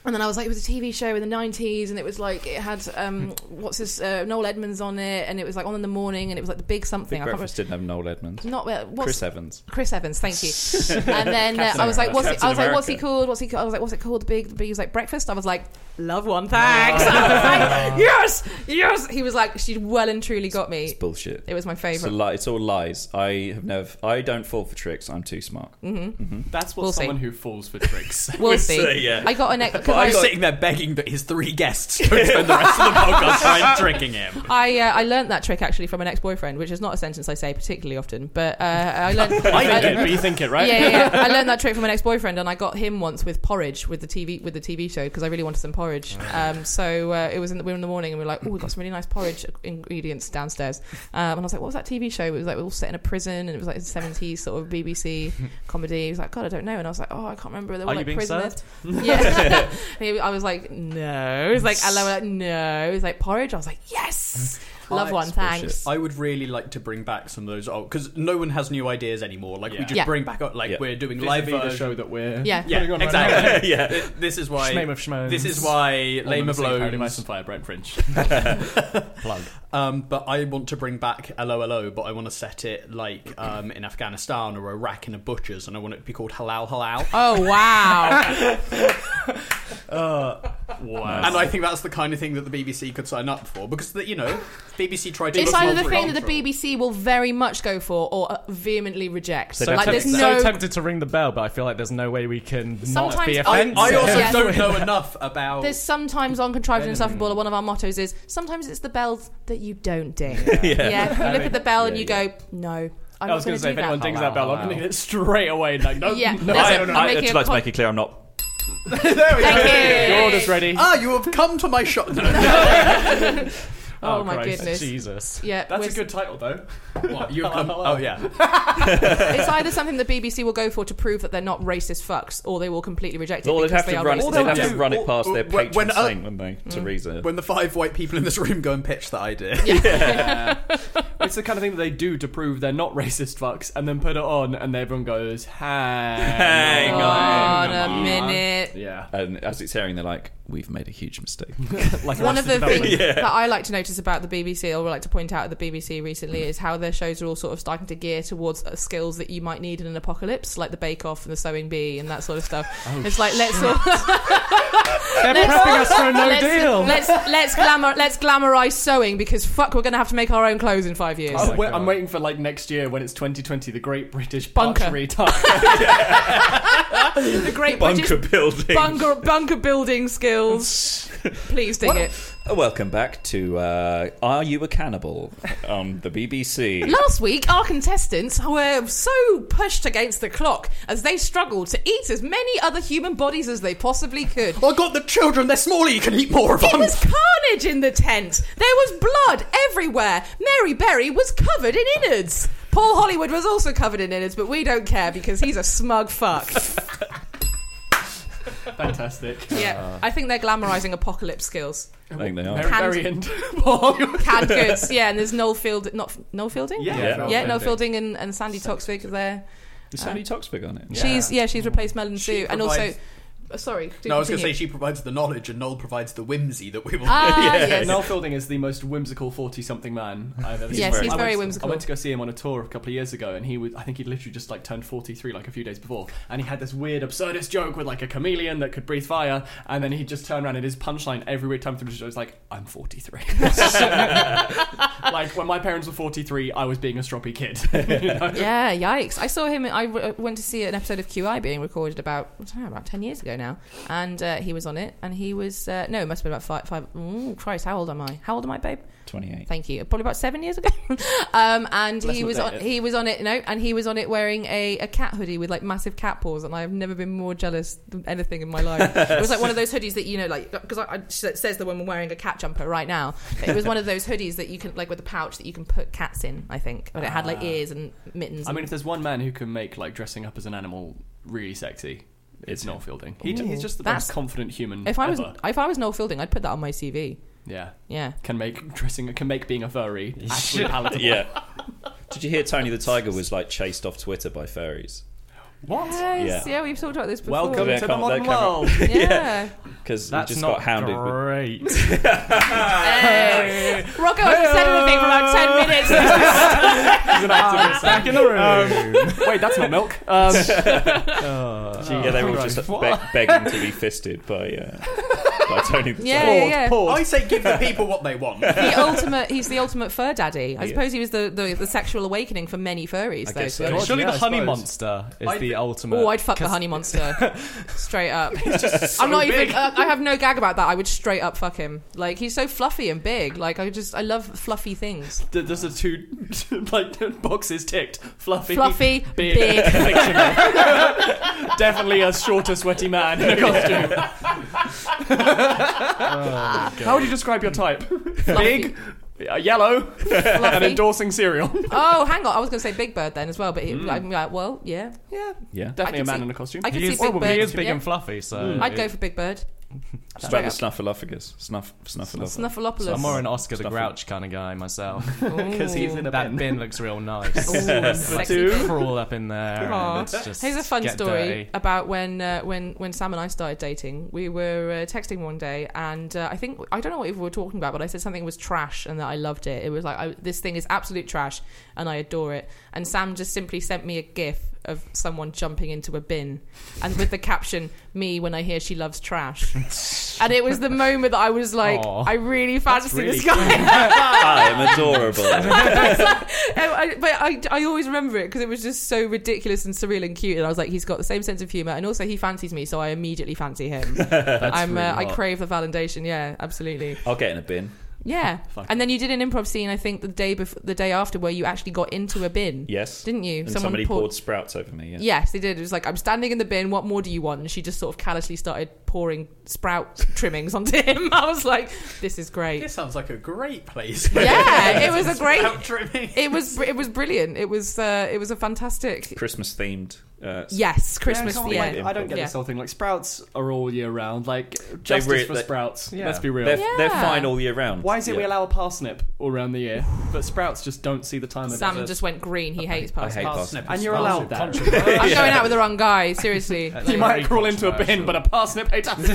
S2: And then I was like, it was a TV show in the 90s, and it was like, it had, um, what's this, uh, Noel Edmonds on it, and it was like on in the morning, and it was like the big something.
S1: Big
S2: I can't
S1: Breakfast didn't have Noel Edmonds.
S2: remember. Not, uh, what's,
S1: Chris Evans.
S2: Chris Evans, thank you. And then uh, I was like, what's it, I was like, what's he called? What's he called? I was like, what's it called? The big, the big. He was like, breakfast. I was like, love one, thanks. I was like, yes, yes. He was like, she well and truly got me.
S1: It's bullshit.
S2: It was my
S1: It's, a
S2: favorite.
S1: lie. it's all lies. I have never. I don't fall for tricks. I'm too smart.
S3: That's what
S2: We'll see.
S3: someone who falls for tricks.
S2: We'll see.
S1: see, yeah.
S2: I got an ex.
S4: But I'm
S2: I,
S4: sitting there begging that his three guests don't spend the rest of the podcast time tricking him.
S2: I, uh, I learned that trick actually from an ex boyfriend, which is not a sentence I say particularly often, but uh, I learned.
S3: I think it, but you think it, right?
S2: Yeah, yeah, yeah. I learned that trick from an ex-boyfriend, and I got him once with porridge with the TV with the TV show because I really wanted some porridge. Um, so uh, it was in the, we were in the morning, and we were like, "Oh, we got some really nice porridge ingredients downstairs." Um, and I was like, "What was that TV show?" It was like we all set in a prison, and it was like seventies sort of BBC comedy. He was like, "God, I don't know," and I was like, "Oh, I can't remember." They were
S5: Are you
S2: like
S5: being
S2: prisoners. Yeah. he, I was like, "No." He was like, "Hello," like, "No." He was like, "Porridge." I was like, "Yes." Love one, thanks.
S4: I would really like to bring back some of those old because no one has new ideas anymore. Like we
S3: Yeah.
S4: just
S2: Yeah.
S4: bring back up like
S1: Yeah.
S4: we're doing
S3: This
S4: live
S3: would be the
S4: version.
S3: show that we're
S2: Yeah.
S4: Yeah,
S3: putting on right now.
S4: exactly.
S1: Yeah.
S4: Th- This
S5: Shmoem
S4: is why.
S5: of Shmoes.
S4: This is why
S3: All
S4: Lame
S3: of
S4: of
S3: them sing Holy Mice
S4: Loans.
S3: and Fire Brent Fringe.
S5: plug.
S4: Um, but I want to bring back LOLO, but I want to set it like um, in Afghanistan or Iraq in a butcher's, and I want it to be called Halal Halal.
S2: Oh wow!
S3: wow.
S4: And I think that's the kind of thing that the BBC could sign up for because the, you know the BBC tried to.
S2: It's
S4: look
S2: either the
S4: more
S2: thing that the
S4: cultural.
S2: BBC will very much go for or uh, vehemently reject.
S5: So,
S2: So, like, there's
S5: tempted,
S2: no.
S5: so tempted to ring the bell, but I feel like there's no way we can not
S2: Sometimes
S5: be
S2: I-
S5: offended.
S4: I also
S2: Yes.
S4: don't know enough about.
S2: There's sometimes on Contrived and Insufferable, one of our mottos is sometimes it's the bells that you don't ding.
S1: Yeah.
S2: Yeah, if you
S3: I
S2: look
S3: mean,
S2: at the bell and
S1: yeah,
S2: you
S1: yeah.
S2: go, no, I'm
S3: I was
S2: not
S3: going
S2: going
S3: to say,
S2: do
S3: if anyone
S2: that.
S3: dings
S5: Hello,
S3: that bell, I'm
S5: hello.
S3: going to it straight away. Like, no,
S2: Yeah,
S3: no,
S2: that's
S3: I
S2: it.
S3: don't know.
S2: I'm
S1: I,
S2: making
S1: I'd like
S2: a
S1: to
S2: con-
S1: make it clear I'm not.
S4: there we go.
S2: Thank you.
S3: Your order's ready.
S4: Ah, you have come to my shop. No,
S2: Oh, my
S5: Christ,
S2: goodness.
S5: Jesus.
S2: Yeah,
S3: That's
S2: we're-
S3: a good title, though.
S4: What, you have come.
S3: Hello.
S4: Oh yeah.
S2: it's either something the BBC will go for to prove that they're not racist fucks, or they will completely reject it.
S1: Well, they'd
S2: because
S1: have
S2: they
S1: to
S2: are
S1: run.
S2: racist.
S1: It,
S4: they'll
S1: they'd have to
S4: do-
S1: run it
S4: or-
S1: past
S4: or-
S1: their
S4: when-
S1: patron
S4: when I-
S1: saint, wouldn't they? Teresa.
S4: When the five white people in this room go and pitch that idea.
S3: It's the kind of thing that they do to prove they're not racist fucks, and then put it on, and everyone goes, hang,
S1: Hang
S2: on
S3: come
S2: a minute.
S3: Yeah.
S1: And as it's airing, they're like, "We've made a huge mistake."
S3: Like
S2: One
S3: Arrested
S2: of the
S3: Development.
S2: things that I like to notice about the BBC, or like to point out at the BBC recently, is how their shows are all sort of starting to gear towards uh, skills that you might need in an apocalypse, like the Bake Off and the sewing bee and that sort of stuff. it's like let's all
S3: Oh, They're
S2: let's-
S3: prepping us for a no
S2: let's,
S3: deal.
S2: let's let's glamour let's glamorize sewing because fuck, we're gonna have to make our own clothes in five years.
S3: Oh,
S5: my
S3: wait-
S5: God.
S3: I'm waiting for like next year when it's 2020, the Great British
S2: Bunker.
S3: Archery Tuck.
S2: the great
S1: Bunker
S2: British
S1: building.
S2: bunker bunker building skills. Please dig it.
S1: Welcome back to uh, "Are You a Cannibal?" on the BBC.
S2: Last week, our contestants were so pushed against the clock as they struggled to eat as many other human bodies as they possibly could.
S4: I got the children. They're smaller. You can eat more of
S2: It
S4: them.
S2: was carnage in the tent. There was blood everywhere. Mary Berry was covered in innards. Paul Hollywood was also covered in innards, but we don't care because he's a smug fuck.
S3: Fantastic.
S2: yeah, I think they're glamorising apocalypse skills.
S1: I think they
S3: Very,
S1: are.
S2: Hand-
S3: very end. Paul.
S2: Canned goods, yeah, and there's Noel Field, not Noel Fielding,
S1: Yeah.
S2: yeah, Noel Fielding and, and Sandy Toksvig there. uh,
S1: Is Sandy Toksvig on it?
S2: She's yeah, she's replaced Melon Sue, and also Oh,
S4: provides-
S2: Sorry. do
S4: No, I was going to say
S2: continue.
S4: she provides the knowledge and Noel provides the whimsy that we will.
S2: Ah, yes.
S3: Noel Fielding is the most whimsical forty-something man I've ever.
S2: Yes,
S3: seen.
S2: he's
S3: I
S2: very
S3: went to- I
S2: whimsical.
S3: went to go see him on a tour a couple of years ago, and he was—I think he literally just like turned forty-three, like a few days before, and he had this weird absurdist joke with like a chameleon that could breathe fire, and then he just turned around and his punchline every weird time through the show was like, "I'm 43." like when my parents were forty-three, I was being a stroppy kid. You know?
S2: Yeah, yikes! I saw him. I w- went to see an episode of QI being recorded about I don't know, about ten years ago now, and uh, he was on it. And he was uh, no, it must have been about five. five ooh, Christ, how old am I? How old am I, babe?
S1: 28.
S2: Thank you. Probably about seven years ago. um, and
S3: Let's
S2: he
S3: not
S2: was
S3: date
S2: on.
S3: it.
S2: He was on it. No, and he was on it wearing a, a cat hoodie with like massive cat paws. And I have never been more jealous than anything in my life. it was like one of those hoodies that you know, like because I, I, it says the woman wearing a cat jumper right now. But it was one of those hoodies that you can like with a pouch that you can put cats in. I think, but it had like
S3: Ah.
S2: ears and mittens.
S3: I
S2: and-
S3: mean, if there's one man who can make like dressing up as an animal really sexy, it's Noel Fielding. He,
S2: Ooh,
S3: he's just the
S2: that's-
S3: most confident human.
S2: If I was
S3: ever.
S2: if I was Noel Fielding, I'd put that on my CV.
S3: yeah,
S2: Yeah.
S3: can make dressing, can make being a furry actually palatable.
S1: Yeah. Did you hear Tony the Tiger was like chased off Twitter by fairies?
S3: What?
S2: Yes. Yeah.
S1: Yeah.
S2: we've talked about this before.
S3: Welcome
S1: That
S3: to the
S1: come-
S3: modern
S1: that come-
S3: world.
S2: Yeah.
S1: Because we
S5: That's
S1: just
S5: not
S1: got hounded. with-
S5: great.
S2: Hey. Rocco hasn't said anything for about ten minutes.
S3: He's an activist.
S5: Back in the room.
S3: Wait, that's not milk. Um,
S1: yeah, they were just be- begging to be fisted by, uh, by Tony the
S2: yeah,
S1: Tiger.
S2: yeah, yeah.
S4: I say give the people what they want.
S2: The ultimate. He's the ultimate fur daddy. I
S1: Yeah.
S2: suppose he was the, the, the sexual awakening for many furries.
S1: I
S2: though.
S1: guess so.
S3: God,
S5: Surely
S3: yeah, I
S5: the honey
S3: suppose.
S5: monster is
S4: I-
S5: the ultimate.
S2: Oh, I'd fuck the
S5: 'cause-
S2: honey monster straight up. I'm not even. Uh, I have no gag about that. I would straight up fuck him. Like he's so fluffy and big. Like I just I love fluffy things.
S3: th- There's the two like boxes ticked. Fluffy,
S2: Fluffy,
S3: big,
S2: big.
S3: fictional. Definitely a shorter, sweaty man in a costume. How would you describe your type? Big, uh, yellow, and
S2: Fluffy.
S3: endorsing cereal.
S2: oh, hang on. I was going to say Big Bird then as well, but he, I'm like, well, yeah.
S3: yeah,
S1: Yeah.
S3: definitely a
S2: can
S3: man
S2: see-
S3: in a costume.
S2: I could
S5: Mm. He
S2: see
S5: is,
S2: Big Bird.
S5: he is big
S2: yeah.
S5: and fluffy, so
S2: I'd go for Big Bird.
S1: It's about the snuffleupagus. Snuff, snuffleupagus.
S2: Snuffleupagus.
S5: I'm more an Oscar the
S1: Stuff-
S5: Grouch kind of guy myself.
S2: because
S3: he's in a
S5: that
S3: bin.
S5: bin looks real nice.
S2: Ooh, sexy bin.
S5: Crawl up in there.
S2: Aw.
S5: And it's just
S2: Here's a fun
S5: get
S2: story
S5: dirty.
S2: about when uh, when when Sam and I started dating. We were uh, texting one day, and uh, I think I don't know what we were talking about, but I said something was trash and that I loved it. It was like I, this thing is absolute trash, and I adore it. And Sam just simply sent me a GIF of someone jumping into a bin, and with the caption "Me when I hear she loves trash," and it was the moment that I was like,
S5: Aw.
S2: I really fancy
S3: really
S2: this guy.
S1: I am adorable.
S2: Oh, I, I- but I, I always remember it because it was just so ridiculous and surreal and cute. And I was like, he's got the same sense of humor, and also he fancies me, so I immediately fancy him.
S5: That's
S2: I'm,
S5: really
S2: uh, I
S5: hot.
S2: crave the validation. Yeah, absolutely.
S1: I'll get in a bin.
S2: Yeah.
S3: Fuck.
S2: and then you did an improv scene, I think, the day before, the day after, where you actually got into a bin,
S1: Yes.
S2: didn't you?
S1: and somebody poured, sprouts over me. Yeah.
S2: Yes, they did. It was like, I'm standing in the bin. What more do you want? And she just sort of callously started pouring sprout trimmings onto him. I was like, this is great.
S4: This sounds like a great place.
S2: Yeah, it was a great.
S4: Without trimming.
S2: It was it was brilliant. It was uh, it was a fantastic
S1: Christmas themed. Uh,
S2: Yes, Christmas.
S1: Yeah,
S2: Yeah,
S1: can't wait.
S3: I don't get
S2: Yeah.
S3: this whole thing. Like sprouts are all year round. Like justice
S1: re-
S3: for
S1: they-
S3: sprouts.
S5: Yeah.
S3: Let's be real.
S1: They're, they're
S2: Yeah.
S1: fine all year round.
S3: Why is it we
S1: Yeah.
S3: allow a parsnip all around the year, but sprouts just don't see the time of
S2: Sam
S3: it?
S2: just went green. He hates
S1: I
S2: pasta.
S1: hate parsnip.
S4: Parsnip.
S3: and you're allowed that.
S2: I'm going out with the wrong guy. Seriously,
S3: You
S2: Like,
S3: might crawl into a bin, but a parsnip hates
S2: fuck
S3: it.
S2: no.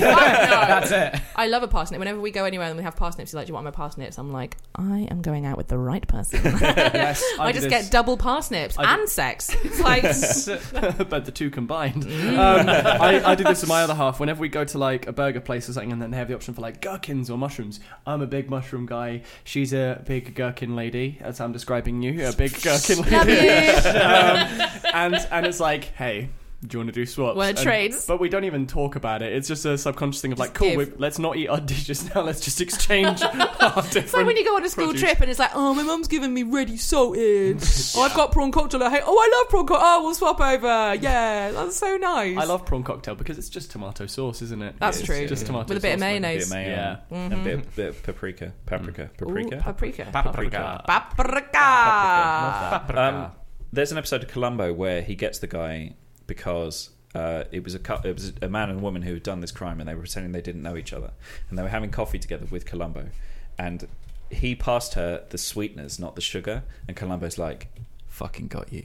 S5: it.
S2: I love a parsnip. Whenever we go anywhere and we have parsnips, he's like, "Do you want my parsnips?" I'm like, "I am going out with the right person."
S3: yes,
S2: I just get double parsnips
S3: I do-
S2: and sex. It's like,
S3: but the two combined. Um, I, I do this with my other half. Whenever we go to like a burger place or something, and then they have the option for like gherkins or mushrooms. I'm a big mushroom guy. She's a big gherkin lady, as I'm describing you. A big gherkin lady.
S2: love you.
S3: um, and and it's like, hey, do you want to do swaps?
S2: Wanna
S3: And-
S2: trades?
S3: But we don't even talk about it. It's just a subconscious thing of like,
S2: Just
S3: cool,
S2: give.
S3: we, let's not eat our dishes now. Let's just exchange our different.
S2: It's like when you go on a school
S3: produce.
S2: trip and it's like, "Oh, my mum's giving me ready salted. oh, I've got prawn cocktail. I hate. Oh, I love prawn cocktail. Oh, we'll swap over. Yeah, that's so nice.
S3: I love prawn cocktail because it's just tomato sauce, isn't it?
S2: That's
S3: It's
S2: true.
S3: Just tomato
S2: with a bit of
S3: sauce, like-
S1: A bit
S2: mayonnaise.
S1: of mayo.
S3: Yeah.
S1: And a bit, bit of paprika. Paprika. Paprika.
S2: Mm-hmm. Mm. Ooh, paprika.
S5: Paprika.
S2: Paprika.
S3: Ah.
S1: Um, there's an episode of Columbo where he gets the guy because uh, it was a cou- it was a man and a woman who had done this crime and they were pretending they didn't know each other and they were having coffee together with Columbo, and he passed her the sweeteners, not the sugar, and Columbo's like. Fucking got you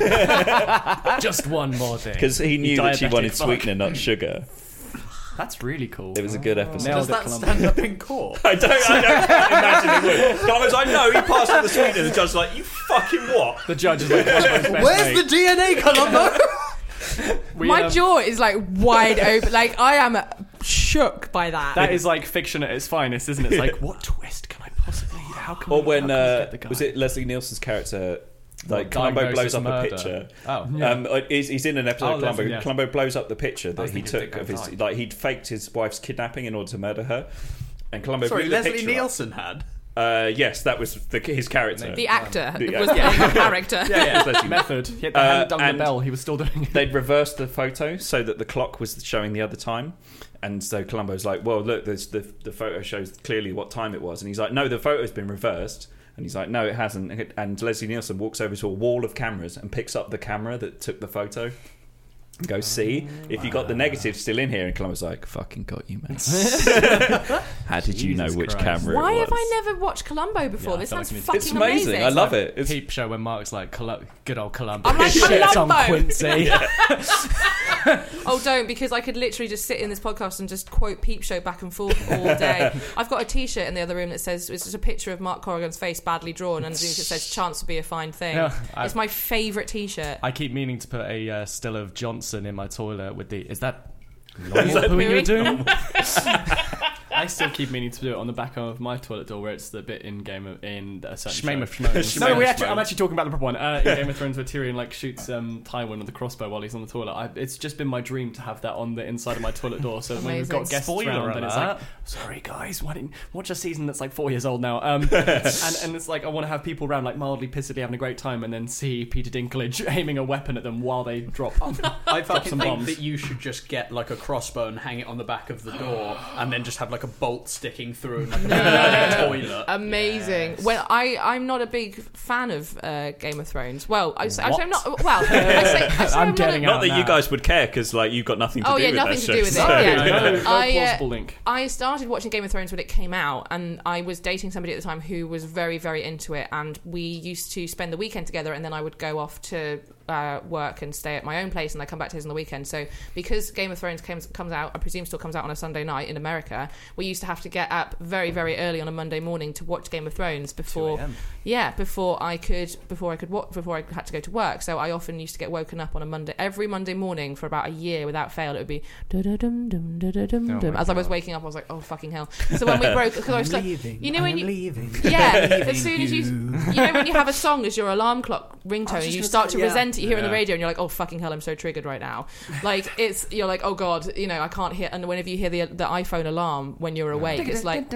S5: Um, Just one more thing.
S1: because he knew that she
S3: diabetic
S1: wanted
S3: fuck.
S1: sweetener, not sugar.
S3: That's really cool.
S1: It was a good episode.
S3: Nailed
S4: Does
S3: it,
S4: that
S3: Columbo.
S4: stand up in court?
S1: I don't, I don't imagine it would. Carlos, I know he passed with the sweetener. The judge's like, you fucking what?
S3: The judge is like, Columbo's best mate.
S4: Where's the DNA, Columbo?
S3: We,
S2: My
S3: um,
S2: jaw is like wide open. Like I am shook by that.
S3: That is like fiction at its finest, isn't it? It's like, what twist can I possibly? How can
S1: Or
S3: we-
S1: when
S3: how can we
S1: uh,
S3: get the guy?
S1: was it Leslie Nielsen's character? Like
S5: What,
S1: Columbo blows
S5: diagnosis
S1: up
S5: murder?
S1: a picture.
S5: Oh.
S1: um, he's, he's in an episode
S3: Oh,
S1: of Columbo.
S3: Leslie, yeah.
S1: Columbo blows up the picture that
S5: was
S1: he
S5: thinking
S1: took of
S5: Dick
S1: his.
S5: Van Dyke.
S1: Like he'd faked his wife's kidnapping in order to murder her. And Columbo
S4: Sorry,
S1: blew the
S4: Leslie
S1: picture up.
S4: Nielsen had.
S1: Uh, yes, that was the, his character.
S2: the actor
S1: The
S2: was
S1: actor.
S2: playing the character.
S1: yeah, yeah, it's Leslie
S3: method? He had the
S1: Uh,
S3: hand down
S1: and-
S3: the bell. He was still doing it.
S1: they'd reversed the photo so that the clock was showing the other time. And so Columbo's like, well, look, this, the, the photo shows clearly what time it was. And he's like, no, the photo's been reversed. And he's like, no, it hasn't. And Leslie Nielsen walks over to a wall of cameras and picks up the camera that took the photo. and Goes
S3: Oh,
S1: see if you got the negative still in here, and Columbo's like, "Fucking got you, man." How did you know
S3: Jesus
S1: which
S3: Christ.
S1: camera?
S2: Why
S1: it was?
S2: have I never watched Columbo before?
S5: Yeah,
S2: this
S5: I feel
S2: sounds
S5: like I need to-
S2: fucking
S1: It's amazing. I love it. It's
S5: Peep show when Mark's like, "Colu- good old Columbo.
S2: I'm like,
S5: Shit on
S2: Columbo.
S5: Quincy.
S2: Oh, don't because I could literally just sit in this podcast and just quote Peep Show back and forth all day. I've got a T-shirt in the other room that says it's just a picture of Mark Corrigan's face badly drawn, and underneath it says "Chance would be a fine thing."
S5: Yeah, I-
S2: it's my favourite T-shirt.
S5: I keep meaning to put a uh, still of Johnson in my toilet with the. Is that. Loyal poo
S2: pooey?
S5: you're doing?
S3: I still keep meaning to do it on the back of my toilet door, where it's the bit in Game of in a certain
S5: Shmame
S3: show.
S5: of Shmoes.
S3: No, we actually, I'm actually talking about the proper one. Uh, in Game of Thrones, where Tyrion like shoots um, Tywin with a crossbow while he's on the toilet. I, it's just been my dream to have that on the inside of my toilet door. So when we've
S2: Amazing.
S3: got guests
S5: Spoiler
S3: round, and it's like,
S5: alert.
S3: sorry guys, why didn't watch a season that's like four years old now? Um, and, and it's like I want to have people around like mildly pissedly having a great time, and then see Peter Dinklage aiming a weapon at them while they drop.
S4: I fucking
S3: some
S4: think
S3: bombs.
S4: that you should just get like a crossbow and hang it on the back of the door, and then just have like a bolt sticking through and like a burning toilet.
S2: Amazing. Well, I I'm not a big fan of uh, Game of Thrones. Well, I, say- I say I'm not. Well, I say, I say
S5: I'm
S2: I'm,
S5: getting
S2: not.
S1: not that you guys would care because like you've got nothing to
S2: Oh,
S1: do
S2: yeah,
S1: with
S2: nothing
S1: that
S2: to
S1: show,
S2: do with it.
S1: so-
S2: Yeah.
S3: no, no, no
S2: I, uh,
S3: plausible link.
S2: A, I started watching Game of Thrones when it came out, and I was dating somebody at the time who was very very into it, and we used to spend the weekend together, and then I would go off to. Uh, work and stay at my own place, and I come back to his on the weekend. So, because Game of Thrones comes, comes out, I presume still comes out on a Sunday night in America, we used to have to get up very, very early on a Monday morning to watch Game of Thrones before yeah before i could before i could what before i had to go to work so i often used to get woken up on a monday every monday morning for about a year without fail it would be dum dum dum dum
S5: Oh my
S2: as i was
S5: God.
S2: waking up i was like oh fucking hell so when we broke because i was like
S4: leaving.
S2: you know when
S4: I'm
S2: you
S4: leaving.
S2: yeah
S4: leaving
S2: as soon as you
S4: you.
S2: you know when you have a song as your alarm clock ringtone and you start to
S4: yeah.
S2: resent it you hear it on the
S5: Yeah.
S2: radio and you're like oh fucking hell i'm so triggered right now like it's you're like oh god you know i can't hear and whenever you hear the the iphone alarm when you're awake it's like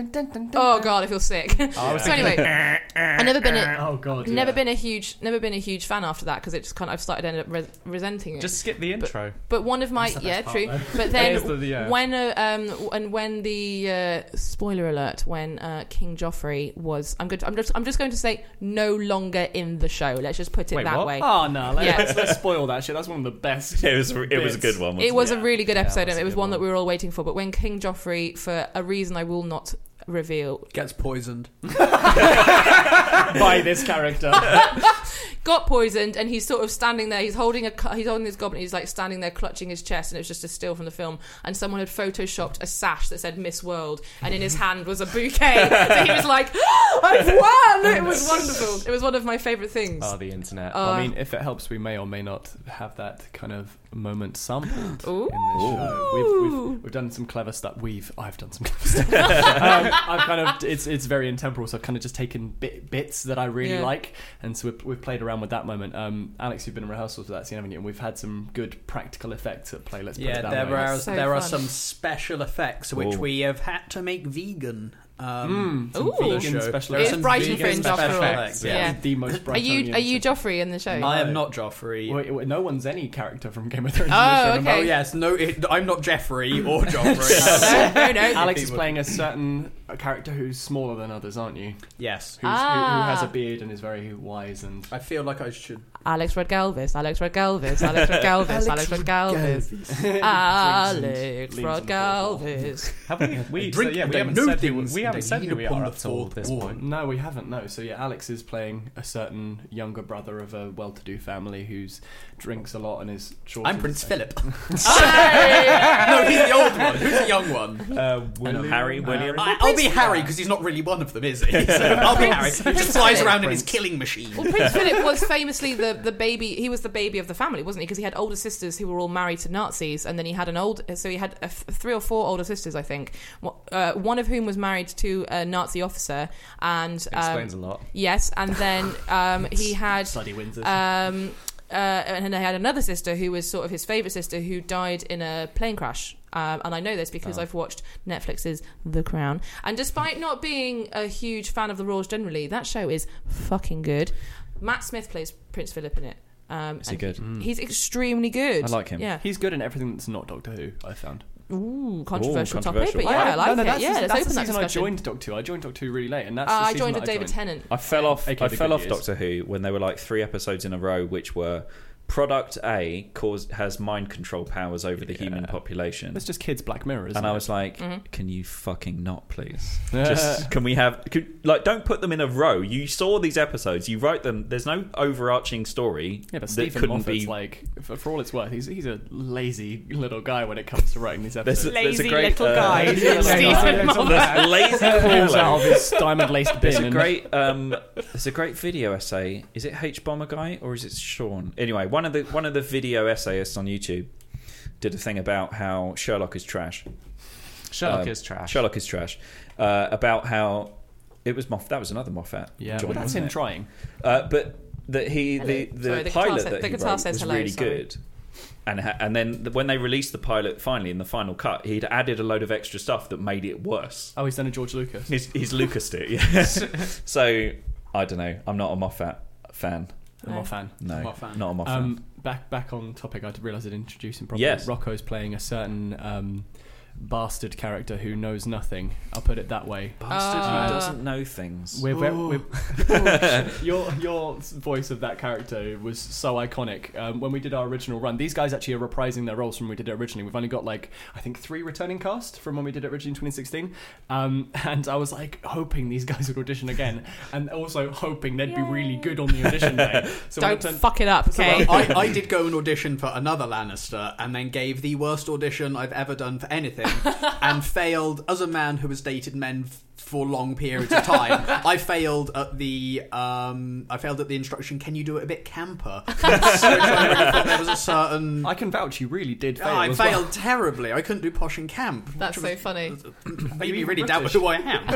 S2: oh god i feel sick so anyway i've never been a,
S3: Oh god,
S2: never
S3: yeah.
S2: been a huge never been a huge fan after that because it just kind of I've started ended up res- resenting it.
S5: Just skip the intro.
S2: but one of my yeah true. But
S5: It is
S2: then
S5: the- yeah.
S2: when uh, um w- and when the uh, spoiler alert when uh, King Joffrey was I'm good I'm just I'm just going to say no longer in the show. Let's just put it
S5: Wait,
S2: that
S5: what?
S2: way.
S3: Oh no, let's,
S2: Yeah.
S3: let's, let's spoil that shit. That's one of the best.
S1: It was it was a
S3: bits.
S1: good one. Wasn't
S2: It was a really good episode,
S5: that's
S2: and
S5: a
S2: it was
S5: good
S2: one that
S5: one.
S2: we were all waiting for. But when King Joffrey, for a reason I will not reveal,
S4: Gets poisoned.
S3: by this character.
S2: got poisoned, and he's sort of standing there. He's holding a cu- he's holding his goblet. He's like standing there clutching his chest, and it was just a still from the film. And someone had photoshopped a sash that said Miss World, and in his hand was a bouquet. so he was like, "Oh, "I've won!" It was wonderful. It was one of my favorite things. Uh,
S5: Oh, the internet.
S3: I mean, if it helps, we may or may not have that kind of moment sampled
S2: Ooh.
S3: in this show. We've,
S2: Ooh.
S3: we've, we've done some clever stuff. We've I've done some clever stuff. um, I've kind of it's it's very intemporal, so I've kind of just taken bit, bits that I really
S2: Yeah.
S3: like, and so we've, we've played around with that moment. Um, Alex, you've been in rehearsals for that scene, haven't you? And we've had some good practical effects at play. Let's put
S4: Yeah,
S3: it that
S4: there
S3: way.
S4: are
S2: That's so
S4: there are
S2: fun.
S4: some special effects which
S1: Ooh.
S4: we have had to make vegan. Um,
S5: Hmm.
S3: Some
S2: Ooh.
S3: Hmm. vegan
S4: Vegan
S3: special
S4: There are
S2: It's
S3: effects.
S4: some
S2: Brighton
S4: vegan
S2: Fringe
S4: special
S2: after all.
S4: effects,
S2: yeah.
S3: It's the most
S2: Are you are you Joffrey in the show?
S4: I am not Joffrey.
S3: Well, it- no one's any character from Game of Thrones. in
S2: Oh,
S3: this show,
S2: okay.
S4: Oh yes, no, it, I'm not Jeffrey or Joffrey.
S2: no, no, no.
S3: Alex is playing a certain a character who's smaller than others, aren't you?
S4: Yes.
S3: Who's, who, who has
S2: Ah.
S3: a beard and is very wise and
S6: I feel like I should.
S2: Alex Rodgalvis, Alex Rodgalvis, Alex Rodgalvis, Alex Rodgalvis, Alex
S3: Leans on- leans on the
S2: Rodgalvis.
S5: Have we? we
S6: drink
S5: so, yeah,
S6: and
S5: we
S6: they
S5: haven't
S6: know
S5: said who,
S6: things
S5: we
S6: and
S5: haven't
S6: they
S5: said
S6: lean
S5: who we
S6: upon the
S5: are up till
S6: fourth
S5: this
S6: wall.
S5: point.
S3: No, we haven't. No. So yeah, Alex is playing a certain younger brother of a well-to-do family who's drinks a lot and is short.
S6: I'm
S3: and
S6: Prince
S3: skinny.
S6: Philip. no, he's the old one. Who's the young one?
S5: Uh,
S1: And
S5: William-
S1: Harry, William.
S6: I, I'll be Harry because he's not really one of them, is he? So I'll be Harry. He just
S2: Prince
S6: flies
S2: Philip.
S6: around in his killing machine.
S2: Well, Prince Philip was famously the, the baby. He was the baby of the family, wasn't he? Because he had older sisters who were all married to Nazis, and then he had an old. So he had a f- three or four older sisters, I think. Wha- Uh, one of whom was married to a Nazi officer, and um,
S5: Explains a lot.
S2: Yes, and then um, he had
S4: Bloody Windsor.
S2: um, uh, and I had another sister who was sort of his favourite sister who died in a plane crash. Um, and I know this because I've watched Netflix's The Crown. And despite not being a huge fan of the Royals generally, that show is fucking good. Matt Smith plays Prince Philip in it. Um,
S1: Is he
S2: and
S1: good?
S3: Mm.
S2: He's extremely good.
S1: I like him.
S2: Yeah.
S3: He's good in everything that's not Doctor Who. I found.
S2: Ooh, controversial,
S1: controversial.
S2: topic, but yeah, I, like
S3: no, no,
S2: it.
S3: That's
S2: yeah,
S3: the,
S2: let's
S3: that's
S2: open
S3: the season
S2: that
S3: I
S2: discussion.
S3: joined Doctor Who. I joined Doctor Who really late, and that's.
S2: Uh,
S3: the
S2: I
S3: season
S2: joined
S3: that
S2: with David Tennant.
S1: I fell off.
S3: AKA
S1: I
S3: the
S1: fell
S3: good
S1: off
S3: years.
S1: Doctor Who when there were like three episodes in a row, which were product A cause has mind control powers over the human population,
S3: That's just kids Black Mirror, isn't
S1: and
S3: it?
S1: I was like,
S2: Mm-hmm.
S1: "Can you fucking not, please? Just can we have can, like don't put them in a row? You saw these episodes, you wrote them. There's no overarching story
S3: Yeah, but
S1: that
S3: Stephen
S1: couldn't
S3: Moffat's
S1: be."
S3: like, for, for all it's worth, he's he's a lazy little guy when it comes to writing these
S1: there's,
S3: episodes.
S1: a, there's a
S2: Lazy
S1: great
S2: little
S1: uh,
S2: guy.
S3: Yeah, like,
S2: Stephen Moffat.
S1: there's lazy
S3: pulls
S1: fellow.
S3: out of his diamond laced bin.
S1: There's a
S3: and-
S1: great um, there's a great video essay. Is it H Bomber guy or is it Sean? Anyway, one of the one of the video essayists on YouTube did a thing about how Sherlock is trash.
S5: Sherlock
S1: Um,
S5: is trash.
S1: Sherlock is trash. Uh, about how it was Moff. That was another Moffat.
S3: Yeah,
S1: joint,
S3: well, that's
S1: wasn't
S3: him
S1: it?
S3: trying.
S1: Uh, but that he the
S2: Hello.
S1: the,
S2: Sorry, the guitar
S1: pilot
S2: sa-
S1: that
S2: the
S1: he
S2: guitar
S1: wrote
S2: says
S1: was
S2: hello,
S1: really
S2: sorry.
S1: good. And ha- and then th- when they released the pilot finally in the final cut, he'd added a load of extra stuff that made it worse.
S3: Oh, he's done a George Lucas.
S1: He's, he's Lucas it. Yeah. so I don't know. I'm not a Moffat fan.
S3: I'm
S2: No.
S3: a fan.
S1: No,
S6: Moffat fan.
S1: not a Moffat.
S3: Um, back back on topic, I realised I'd introduced him properly.
S1: Yes.
S3: Rocco's playing a certain um, bastard character who knows nothing. I'll put it that way.
S1: Bastard
S2: Uh,
S1: who doesn't know things.
S3: We're, we're, we're, your your voice of that character was so iconic. Um, when we did our original run, these guys actually are reprising their roles from when we did it originally. We've only got like I think three returning cast from when we did it originally in 2016. Um, and I was like hoping these guys would audition again, and also hoping they'd be really good on the audition day. So when it
S2: Don't
S3: turned-
S2: fuck it up,
S6: So,
S2: okay?
S6: well, I, I did go and audition for another Lannister and then gave the worst audition I've ever done for anything and failed as a man who has dated men f- for long periods of time. I failed at the um, I failed at the instruction, can you do it a bit camper? Which I really thought there was a certain
S3: I can vouch you really did fail.
S6: Oh, I
S3: as
S6: failed
S3: well.
S6: terribly. I couldn't do posh and camp. which
S2: That's
S6: was-
S2: so funny.
S6: Made me
S3: even
S6: really doubt
S3: British?
S6: who I am.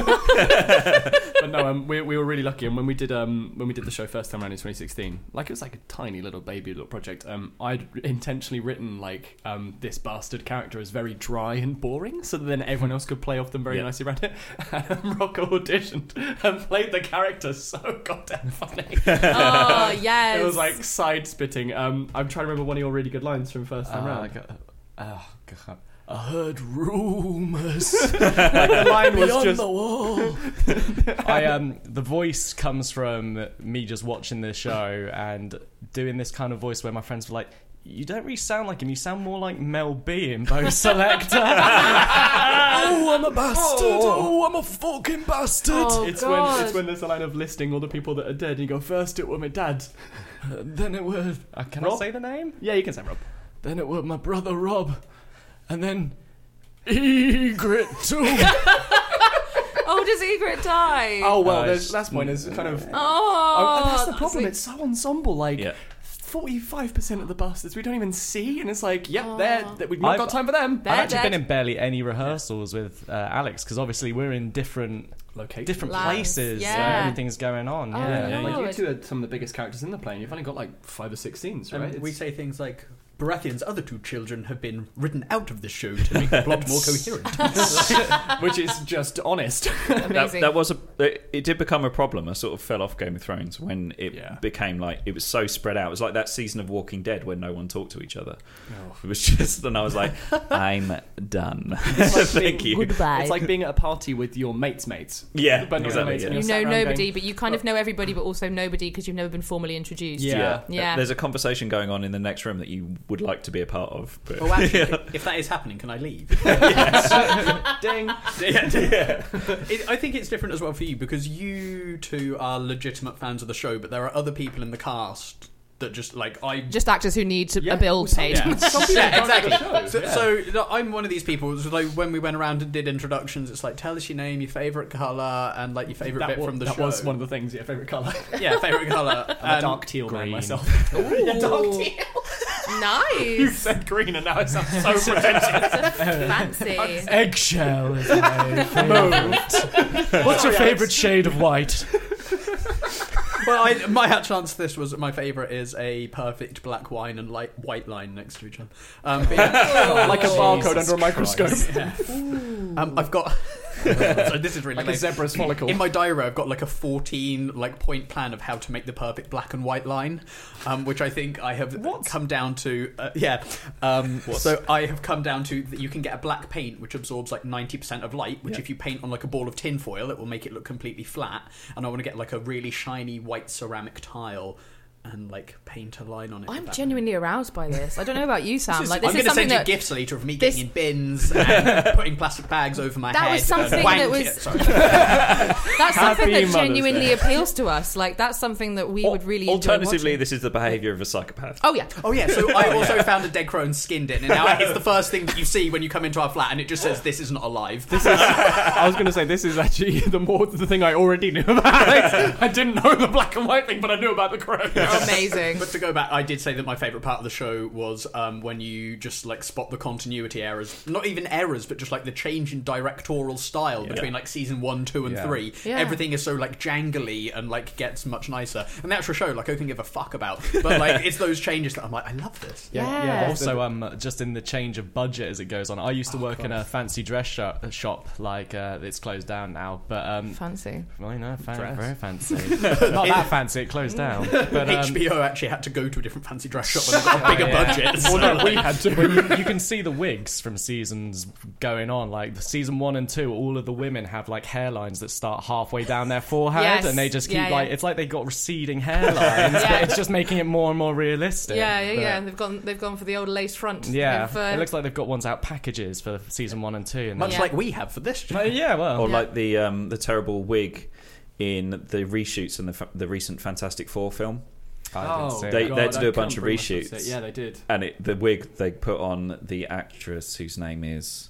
S3: but no, um, we, we were really lucky. And when we did um, when we did the show first time around in 2016, like it was like a tiny little baby little project. Um, I'd intentionally written like um, this bastard character is very dry and boring, so that then everyone else could play off them very
S1: Yeah.
S3: nicely around it. And Rocco auditioned and played the character so goddamn funny.
S2: oh, yes.
S3: It was like side spitting. Um, I'm trying to remember one of your really good lines from first time
S5: Oh,
S3: round.
S5: God. Oh, God.
S3: I heard rumors. the line was just
S5: I um the voice comes from me just watching this show and doing this kind of voice where my friends were like, "You don't really sound like him. You sound more like Mel B in Bo Selector." oh, I'm a bastard. Oh, I'm a fucking bastard.
S2: Oh,
S3: it's
S2: God.
S3: when it's when there's a line of listing all the people that are dead. And you go first. It were my dad.
S5: Then it were. Uh, can I
S3: Rob?
S5: say the name?
S3: Yeah, you can say Rob.
S5: Then it were my brother Rob, and then Egret too.
S2: oh, does Egret die?
S3: Oh well,
S1: Uh,
S3: there's
S1: it's-
S3: last point is kind of.
S2: Oh,
S3: Oh, that's the problem.
S2: like-
S3: It's so ensemble. Like
S1: Yeah.
S3: forty-five percent of the bastards we don't even see, and it's like, yep, they're, that we've not
S5: I've-
S3: got time for them.
S2: They're
S5: I've actually
S2: dead.
S5: been in barely any rehearsals with uh, Alex because obviously we're in different
S3: Location.
S5: different
S2: Lands,
S5: places.
S2: yeah.
S5: and everything's going on.
S2: Oh,
S5: yeah.
S2: no.
S3: Like you
S2: it's-
S3: two are some of the biggest characters in the play, and you've only got like five or six scenes, right?
S6: And we
S3: It's-
S6: say things like,
S4: Baratheon's other two children have been written out of the show to make the plot more coherent.
S3: which is just honest.
S1: That,
S2: Amazing.
S1: that was a. It, it did become a problem. I sort of fell off Game of Thrones when it
S3: Yeah.
S1: became like it was so spread out. It was like that season of Walking Dead where no one talked to each other. It was just, and I was like, I'm done. Thank you.
S9: Goodbye.
S3: It's like being at a party with your mates' mates.
S1: Yeah,
S3: but not
S1: exactly,
S3: your mates.
S1: yeah.
S3: and
S2: you
S3: you're sat
S2: know
S3: around
S2: nobody,
S3: going,
S2: but you kind of know everybody, but also nobody because you've never been formally introduced.
S3: Yeah.
S2: Yeah.
S1: There's a conversation going on in the next room that you would like to be a part of. But
S4: Oh, actually, if that is happening, can I leave?
S3: Ding.
S4: It, I think it's different as well for you because you two are legitimate fans of the show, but there are other people in the cast that just like I.
S2: Just actors who need to,
S3: Yeah.
S2: a bill paid.
S4: yeah, exactly. So, so no, I'm one of these people. So like when we went around and did introductions, it's like tell us your name, your favorite color, and like your favorite
S3: That,
S4: bit
S3: wa-
S4: from the
S3: that
S4: show.
S3: was one of the things. Yeah, favorite color.
S4: yeah, favorite color.
S3: I'm a dark teal man
S5: green.
S3: myself. You
S2: Oh, nice.
S3: said green, and now it sounds so pretentious.
S2: Fancy.
S5: Eggshell is my favourite. What's your favourite shade of white?
S4: well, I, my hat chance to this was my favorite is a perfect black wine and light white line next to each other. Um, but yeah,
S3: like a barcode
S5: Jesus
S3: under a microscope,
S4: um, I've got. so this is really
S3: like a
S4: lame.
S3: zebra's follicle.
S4: In my diary, I've got like a fourteen like point plan of how to make the perfect black and white line, um, which I think I have come down to. Uh, yeah, um, so I have come down to that you can get a black paint which absorbs like ninety percent of light, which if you paint on like a ball of tin foil, it will make it look completely flat. And I want to get like a really shiny white ceramic tile and like paint a line on it. with
S2: I'm
S4: that.
S2: genuinely aroused by this. I don't know about you, Sam. like this
S4: I'm
S2: is
S4: gonna
S2: something
S4: send you
S2: that
S4: gifts later of me
S2: this-
S4: getting in bins and putting plastic bags over my
S2: That
S4: head.
S2: was
S4: and
S2: something
S4: wank-
S2: that was-
S4: yeah, sorry.
S2: that's something
S5: Happy
S2: that
S5: Mother's
S2: genuinely appeals to us. Like that's something that we would really enjoy
S1: Alternatively,
S2: watching.
S1: this is the behaviour of a psychopath.
S2: Oh yeah.
S4: Oh yeah, so I also found a dead crow and skinned it, and now it's the first thing that you see when you come into our flat, and it just says, "This is not alive." This is
S3: I was going to say this is actually the more the thing I already knew about. Alex. I didn't know the black and white thing, but I knew about the crow.
S2: Amazing.
S4: but to go back, I did say that my favourite part of the show was um, when you just like spot the continuity errors, not even errors, but just like the change in directorial style between like season one, two, and
S5: Yeah.
S4: three.
S2: Yeah.
S4: Everything is so like jangly and like gets much nicer. And the actual show, like, I can give a fuck about, but like it's those changes that I'm like, I love this.
S2: Yeah.
S5: Also, um, just in the change of budget as it goes on, I used to work in a fancy dress shop, shop like uh, it's closed down now, but um,
S2: Fancy.
S5: well, you know, fan-
S3: Dress.
S5: very fancy. Not that fancy. It closed down, but um,
S4: HBO actually had to go to a different fancy dress shop and they got a bigger
S5: yeah.
S4: budget. so,
S5: Well, no,
S4: like-
S5: we had to. When you, you can see the wigs from seasons going on. Like the season one and two, all of the women have like hairlines that start halfway down their forehead,
S2: Yes.
S5: and they just keep
S2: Yeah, yeah.
S5: like it's like they got receding hairlines.
S2: Yeah.
S5: but it's just making it more and more realistic.
S2: Yeah, yeah,
S5: But-
S2: yeah. They've gone. They've gone for the old lace front.
S5: Yeah,
S2: They've, uh,
S5: it looks like they've got ones out packages for season one and two. And
S4: much
S2: Yeah.
S4: like we have for this.
S5: Uh, yeah, well,
S1: Or
S2: Oh. Yeah.
S1: like the um, the terrible wig in the reshoots and the fa- the recent Fantastic Four film,
S3: Oh,
S5: I didn't see it.
S1: They- they had to
S3: I
S1: do a
S3: couldn't
S1: bunch of
S3: bring myself to
S1: reshoots.
S3: say- Yeah, they did.
S1: and it, the wig they put on the actress whose name is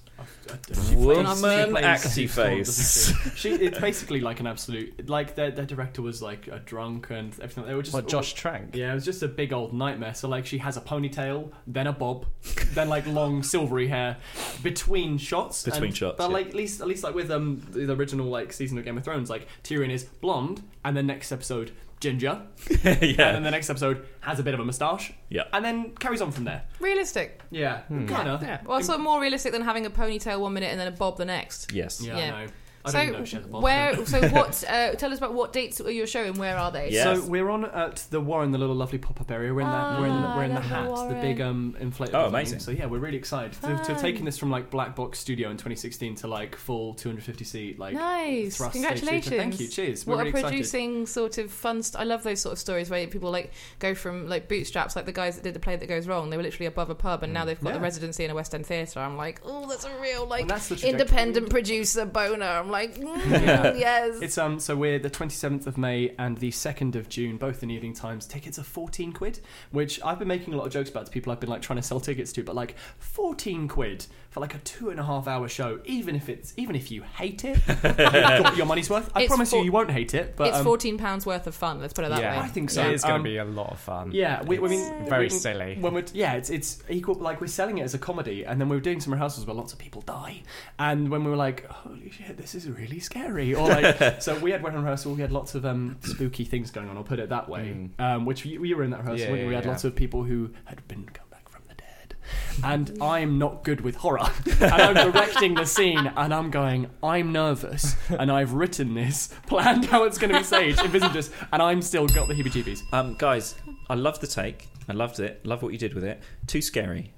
S2: Woman
S1: Woman
S3: She
S1: Acty Face.
S3: doesn't she? She- it's basically like an absolute. Like their, their director was like a drunk and everything. They were just
S5: What, Josh Trank.
S3: Yeah, it was just a big old nightmare. So like, she has a ponytail, then a bob, then like long silvery hair between shots.
S1: Between
S3: and-
S1: shots,
S3: But
S1: yeah.
S3: like, at least at least like with um the the original like season of Game of Thrones, like Tyrion is blonde, and then next episode ginger, and then
S1: yeah,
S3: the next episode has a bit of a moustache,
S1: yeah.
S3: and then carries on from there.
S2: realistic.
S3: Yeah, kind of.
S2: Well, it's sort of more realistic than having a ponytail one minute and then a bob the next.
S1: Yes.
S3: Yeah,
S2: Yeah.
S3: I know. I
S2: so
S3: don't even know if she has a bob.
S2: where? So what? Uh, tell us about what dates are you showing? Where are they?
S1: Yeah. Yes.
S3: So we're on at the Warren, the little lovely pop-up area. We're in that.
S2: Ah,
S3: we're in, we're in the
S2: lovely
S3: hat, the
S2: Warren.
S3: big um inflatable.
S1: Oh,
S3: thing.
S1: amazing.
S3: So yeah, we're really excited to, to have
S2: Fun.
S3: taken this from like Black Box Studio in 2016 to like full 250 seat like
S2: Nice.
S3: thrust stage theatre.
S2: Congratulations.
S3: Thank you. Cheers. We're
S2: What
S3: really
S2: a
S3: excited.
S2: producing sort of fun. St- I love those sort of stories where people like go from like bootstraps, like the guys that did the play that goes wrong. They were literally above a pub, and now they've got the
S3: Mm. Yeah.
S2: residency in a West End theatre. I'm like, oh, that's a real like
S3: And that's the trajectory.
S2: independent producer boner. I'm like, mm,
S3: Yeah.
S2: yes.
S3: It's um so we're the 27th of May and the 2nd of June, both in evening times. Tickets are 14 quid, which I've been making a lot of jokes about to people I've been like trying to sell tickets to, but like 14 quid for like a two and a half hour show, even if it's even if you hate it, you've got your money's worth. I
S2: It's
S3: promise
S2: four-
S3: you, you won't hate it. But
S2: it's
S3: um,
S2: fourteen pounds worth of fun. Let's put it that
S5: yeah,
S2: way.
S3: I think so.
S5: It is going
S3: Um,
S5: to be a lot of fun.
S3: Yeah, we, I
S5: It's
S3: mean,
S5: very
S3: we-
S5: silly.
S3: When we're, yeah, it's it's equal. Like we're selling it as a comedy, and then we were doing some rehearsals where lots of people die, and when we were like, "Holy shit, this is really scary," or like, so we had one rehearsal. We had lots of um, spooky things going on. I'll put it that way. Um, which we, we were in that rehearsal.
S5: Mm. Yeah,
S3: when
S5: yeah,
S3: we had
S5: yeah.
S3: lots of people who had been come back from the dead. and I'm not good with horror. and I'm directing the scene, and I'm going, I'm nervous, and I've written this, planned how it's going to be staged, envisioned this, and I'm still got the heebie-jeebies.
S1: Um, guys, I love the take. I loved it. Love what you did with it. Too scary.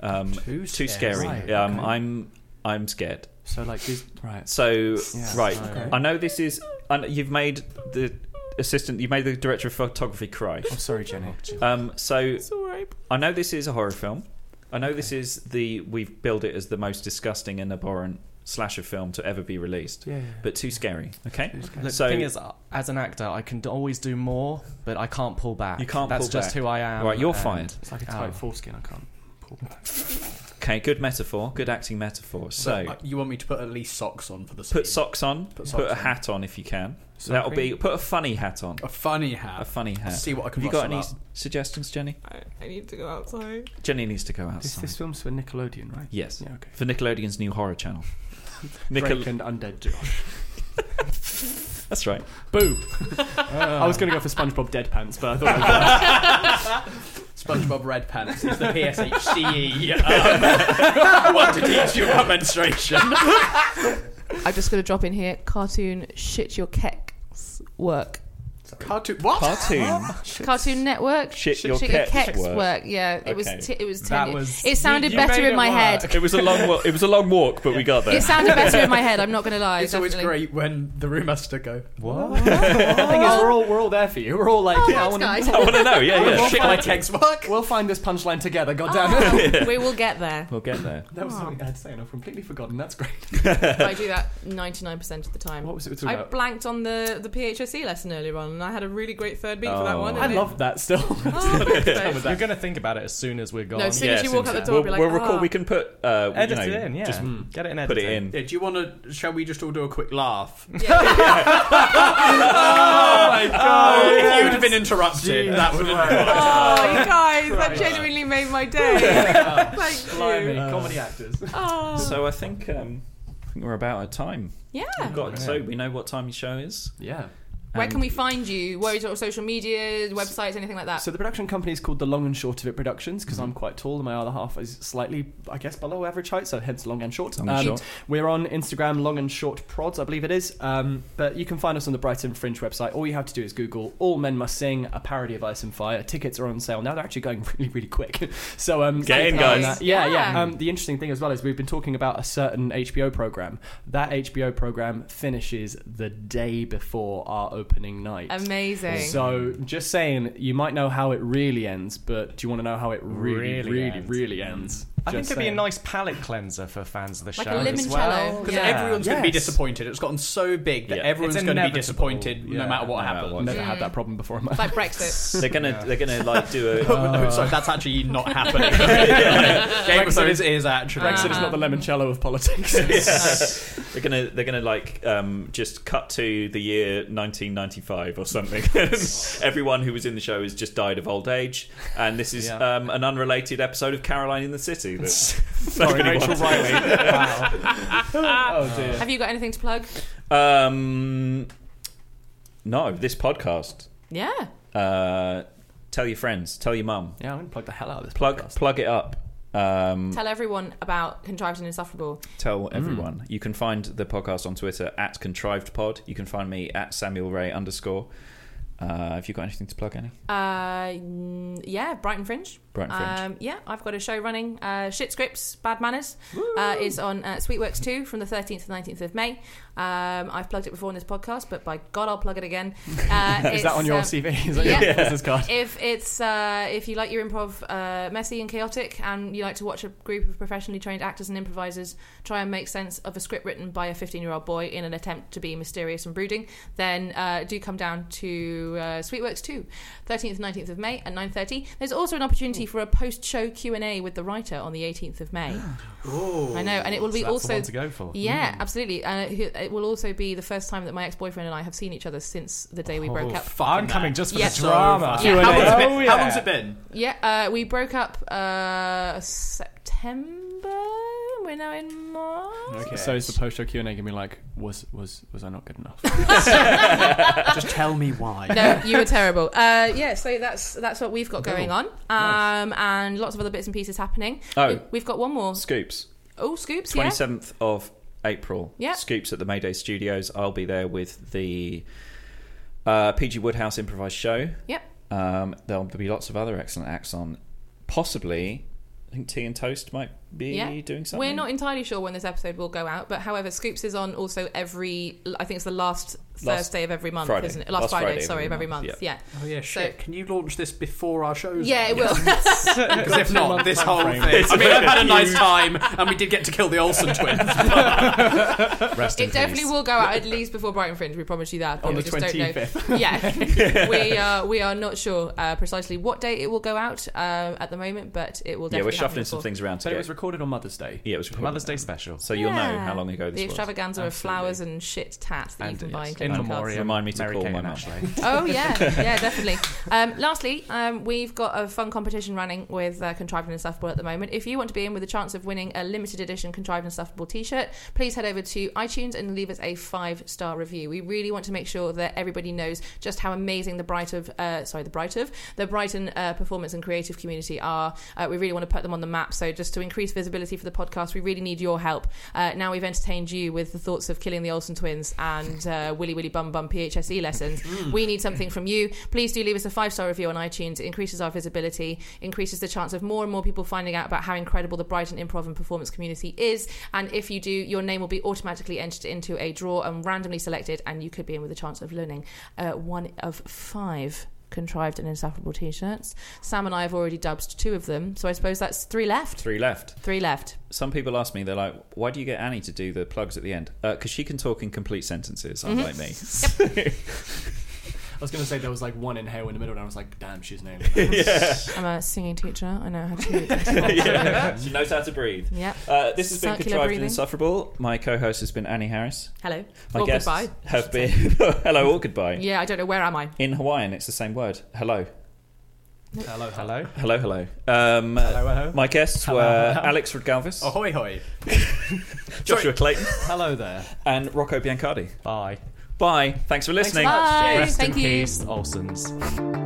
S1: Um, too, scary.
S3: Right,
S1: Um, I'm I'm scared.
S3: So like, these, right?
S1: So
S3: Yeah,
S1: right,
S3: okay.
S1: I know this is. I know you've made the assistant. You made the director of photography cry.
S3: I'm sorry, Jenny.
S1: Um, so
S2: It's all right.
S1: I know this is a horror film. I know this is the we've billed it as the most disgusting and abhorrent slasher film to ever be released,
S3: Yeah.
S1: but too scary. Okay,
S5: Look,
S1: So-
S5: the thing is, uh, as an actor, I can d- always do more, but I can't pull back.
S1: You can't
S5: That's
S1: pull
S5: just
S1: back.
S5: who I am.
S1: Right, you're
S5: and-
S1: fired.
S3: It's like a
S5: Oh.
S3: tight foreskin. I can't pull back.
S1: okay, good metaphor, good acting metaphor. So
S6: uh, you want me to put at least socks on for the scene.
S1: put socks on, put,
S6: socks
S1: a
S6: on.
S1: hat on if you can.
S3: So
S1: That'll be put a funny hat on,
S3: Oh,
S6: a funny
S1: a
S6: hat.
S1: funny hat.
S6: see what I can
S1: Have you got
S6: rustle
S1: any
S6: up.
S1: s- suggestions, Jenny?
S2: I, I need to go outside.
S1: Jenny needs to go outside.
S3: This, this film's for Nickelodeon, right?
S1: Yes.
S3: Yeah. Okay.
S1: for Nickelodeon's new horror channel.
S3: Drake
S1: Nickel-
S3: and Undead Josh.
S1: That's right.
S3: Boo! I was going to go for SpongeBob Dead Pants, but I thought that was
S6: SpongeBob Red Pants is the PSHCE. Um, E. what to teach you about menstruation?
S2: I'm just going to drop in here. Cartoon shit your kecks work.
S6: Cartoon. What?
S1: Cartoon.
S2: Cartoon Network.
S1: Shit your kecks work.
S2: Yeah, it was.
S1: Okay.
S2: T- it was.
S3: That was-
S2: tenuous. It sounded
S3: you
S2: better
S3: made
S2: in
S3: it
S2: my
S3: work.
S2: head.
S1: it was a long. Walk, it was a long walk, but we got there.
S2: It sounded better in my head. I'm not going to lie.
S6: It's always great when the room has to go.
S3: the thing is, we're all we're all there for you. We're all like,
S2: Oh,
S3: yeah, I
S2: thanks,
S3: want
S2: guys.
S1: I want to know. Yeah, yeah.
S3: We'll
S1: Shit,
S3: find-
S1: like it.
S6: work.
S3: We'll find this punchline together. God damn it!
S2: Oh, we will get there.
S1: We'll get there.
S3: That was something I had to say, and I've completely forgotten. That's great.
S2: I do that 99% of the time.
S3: What was it we were
S2: I
S3: talking about?
S2: blanked on the, the PHSE E lesson earlier on, and I had a really great third beat for that
S1: Oh.
S2: one.
S3: I
S2: and it-
S3: love that still.
S2: Oh, okay.
S5: You're going to think about it as soon as we're gone.
S2: No, as soon as
S1: Yeah,
S2: you walk out
S1: since-
S2: the door,
S1: We'll,
S2: be like,
S1: we'll record.
S2: "Ah."
S1: We can put. Uh, you
S5: edit
S1: know,
S5: it in, yeah.
S1: Just
S5: Get it in.
S1: put it
S5: edited.
S1: in.
S6: Yeah, do you want to? Shall we just all do a quick laugh?
S2: Yeah.
S3: oh my god!
S6: If you'd have been interrupted, that would have been
S2: oh, you guys, that genuinely made my day. Thank
S3: Blimey, Uh,
S2: you.
S3: comedy actors.
S2: Oh,
S1: So I think. Um, I think we're about at time.
S2: yeah.
S1: We've got so we know what time your show is.
S3: Yeah.
S2: Where
S1: And-
S2: can we find you? Where is your social media, websites, anything like that?
S3: So the production company is called The Long and Short of It Productions because
S1: Mm-hmm.
S3: I'm quite tall and my other half is slightly, I guess, below average height, so hence Long and Short. Um,
S1: Long and Short.
S3: We're on Instagram, Long and Short Prods, I believe it is. Um, but you can find us on the Brighton Fringe website. All you have to do is Google "All Men Must Sing," a parody of Ice and Fire. Tickets are on sale now. They're actually going really, really quick. so um,
S1: Get in,
S3: keep an eye on
S1: guys.
S3: that. Yeah, yeah.
S2: Yeah.
S3: Um, the interesting thing as well is we've been talking about a certain HBO program. That HBO program finishes the day before our opening night.
S2: Amazing.
S3: So, just saying, you might know how it really ends, but do you want to know how it really, really,
S5: Really
S3: really ends?
S5: ends. I think it'd be a nice palate cleanser for fans of the
S2: like a
S5: show as
S2: limoncello.
S5: well.
S6: Because
S2: Yeah.
S6: everyone's going to be
S3: Yes.
S6: disappointed. It's gotten so big that
S1: Yeah.
S6: everyone's
S5: It's
S6: going to be
S5: inevitable.
S6: disappointed
S5: Yeah,
S6: no matter what
S1: no matter
S6: happens.
S1: what.
S3: Never had that problem before in my life.
S2: like Brexit.
S1: They're gonna. They're gonna like do a.
S6: so that's actually not happening. Game of
S3: Brexit
S6: Thrones
S3: is-
S6: is actually.
S3: Brexit is not the limoncello of politics.
S1: They're gonna they're gonna like um, just cut to the year 1995 or something. Everyone who was in the show has just died of old age, and this is
S5: Yeah.
S1: um, an unrelated episode of Caroline in the City. That's
S3: Sorry,
S1: nobody
S3: Rachel
S1: wants.
S3: Riley. wow. Oh dear.
S2: Have you got anything to plug?
S1: Um, no, this podcast.
S2: Yeah.
S1: Uh, tell your friends. Tell your mum.
S3: Yeah, I'm gonna plug the hell out of this.
S1: Plug
S3: podcast.
S1: plug it up. Um,
S2: Tell everyone about Contrived and Insufferable.
S1: tell
S2: Hmm.
S1: everyone. You can find the podcast on Twitter at Contrived Pod. You can find me at Samuel Ray underscore. Uh, have you got anything to plug, Annie?
S2: Uh, mm, yeah, Brighton Fringe.
S1: Brighton Fringe.
S2: Um, yeah, I've got a show running. Uh, Shit Scripts, Bad Manners uh, is on uh, Sweetworks 2 from the 13th to 19th of May. Um, I've plugged it before in this podcast, but by God, I'll plug it again. Uh,
S3: Is that on your
S2: um,
S3: CV? Is that your
S2: yeah.
S3: business card?
S2: If it's uh, if you like your improv uh, messy and chaotic, and you like to watch a group of professionally trained actors and improvisers try and make sense of a script written by a 15 year old boy in an attempt to be mysterious and brooding, then uh, do come down to uh, Sweetworks 2, 13th and 19th of May at 9:30. There's also an opportunity for a post show Q and A with the writer on the 18th of May. I know, and it will
S5: So
S2: be
S5: that's the
S2: also
S5: one to go for. Mm.
S2: yeah, absolutely. Uh, he- it will also be the first time that my ex boyfriend and I have seen each other since the day we broke up.
S5: Oh, I'm coming just for
S2: Yeah.
S5: the
S2: So
S5: drama.
S2: Yeah,
S6: How long's, it been?
S5: Oh,
S6: How
S5: yeah.
S6: long's it been?
S2: Yeah, uh, we broke up uh, September. and we're now in March.
S3: Okay. So is the post show Q and A gonna be like, was was was I not good enough?
S6: Just tell me why.
S2: No, you were terrible. Uh, yeah, so that's that's what we've got going on, um, and lots of other bits and pieces happening.
S1: Oh.
S2: we've got one more.
S1: Scoops.
S2: Oh, scoops.
S1: Twenty
S2: Yeah.
S1: seventh of April.
S2: Yeah.
S1: Scoops at the Mayday Studios. I'll be there with the uh, PG Woodhouse improvised show.
S2: Yep.
S1: Um, there'll be lots of other excellent acts on. Possibly, I think Tea and Toast might be
S2: Yeah.
S1: doing something.
S2: We're not entirely sure when this episode will go out, but however, Scoops is on also every. I think it's the last,
S1: Last
S2: Thursday of every month,
S1: Friday.
S2: isn't it? Last,
S1: Last
S2: Friday,
S1: Friday of
S2: sorry,
S1: every
S2: of every
S1: month,
S2: month. Yeah.
S6: Oh yeah,
S2: So-
S6: shit. Can you launch this before our shows?
S2: Yeah, it will.
S6: Because if not, this whole thing. I mean, I've had a nice time, and we did get to kill the Olsen twins.
S5: Rest in
S2: it definitely
S5: peace.
S2: will go out at least before Brighton Fringe. We promise you that. but
S3: On
S2: we
S3: the
S2: just don't know.
S3: 25th.
S2: Yeah, we are. We are not sure uh, precisely what date it will go out uh, at the moment, but it will.
S1: Yeah,
S2: Definitely
S1: we're
S2: happen
S1: shuffling some
S2: before.
S1: things around. To
S3: So it
S1: get-
S3: was recorded on Mother's Day.
S1: yeah, it was recorded.
S5: Mother's Day special.
S1: So you'll know
S2: Yeah.
S1: how long ago
S2: The
S1: this was.
S2: extravaganza of flowers and shit tats that
S5: And,
S2: you can buy
S5: yes,
S2: in
S5: in
S2: Kingdom
S5: memoriam.
S1: Remind me to
S5: Mary
S1: call
S5: Kate
S1: my
S5: and
S1: mum.
S5: Ashley.
S2: Oh yeah, yeah, definitely. Um, lastly, um, we've got a fun competition running with uh, Contrived and Unstuffable at the moment. If you want to be in with a chance of winning a limited edition Contrived and Unstuffable T-shirt, please head over to iTunes and leave us a five star review. We really want to make sure that everybody knows just how amazing the Bright of, uh, sorry, the Bright of the Brighton uh, performance and creative community are. Uh, we really want to put them on the map. So just to increase visibility for the podcast, we really need your help. Uh, now we've entertained you with the thoughts of killing the Olsen twins and uh, Willy Willy Bum Bum PHSE E lessons.
S1: Hmm.
S2: we need something from you. Please do leave us a five star review on iTunes. It increases our visibility, increases the chance of more and more people finding out about how incredible the Brighton improv and performance community is. And if you do, your name will be automatically entered into a draw and randomly selected, and you could be in with a chance of learning uh, one of five contrived and insufferable t-shirts. Sam and I have already dubbed two of them, so I suppose that's three left.
S1: Three left.
S2: Three left.
S1: Some people ask me, they're like, "Why do you get Annie to do the plugs at the end?" Because she can talk in complete sentences,
S2: Mm-hmm.
S1: unlike me.
S3: I was gonna say there was like one inhale in the middle, and I was like, damn, she's named.
S2: I'm a singing teacher. I know how to.
S1: yeah. She knows how to breathe.
S2: yep.
S1: Uh, this has been
S2: Circular
S1: Contrived
S2: breathing.
S1: and Insufferable. My co host has been Annie Harris.
S2: Hello.
S1: My
S2: or
S1: guests
S2: goodbye.
S1: have been. hello or goodbye.
S2: Yeah, I don't know where am I.
S1: In Hawaiian, it's the same word. Hello.
S3: Hello, hello.
S1: Hello,
S5: Hello.
S1: hello. Um,
S3: Hello, hello.
S1: My guests were Alex Rodgalvis,
S4: Oh,
S6: Ahoy, hoy!
S1: Joshua Clayton,
S3: Hello there.
S1: and Rocco Biancardi.
S5: Bye.
S1: Bye. Thanks for listening.
S2: Bye.
S5: Rest
S2: Thank
S5: in
S2: you.
S5: peace, Olsons.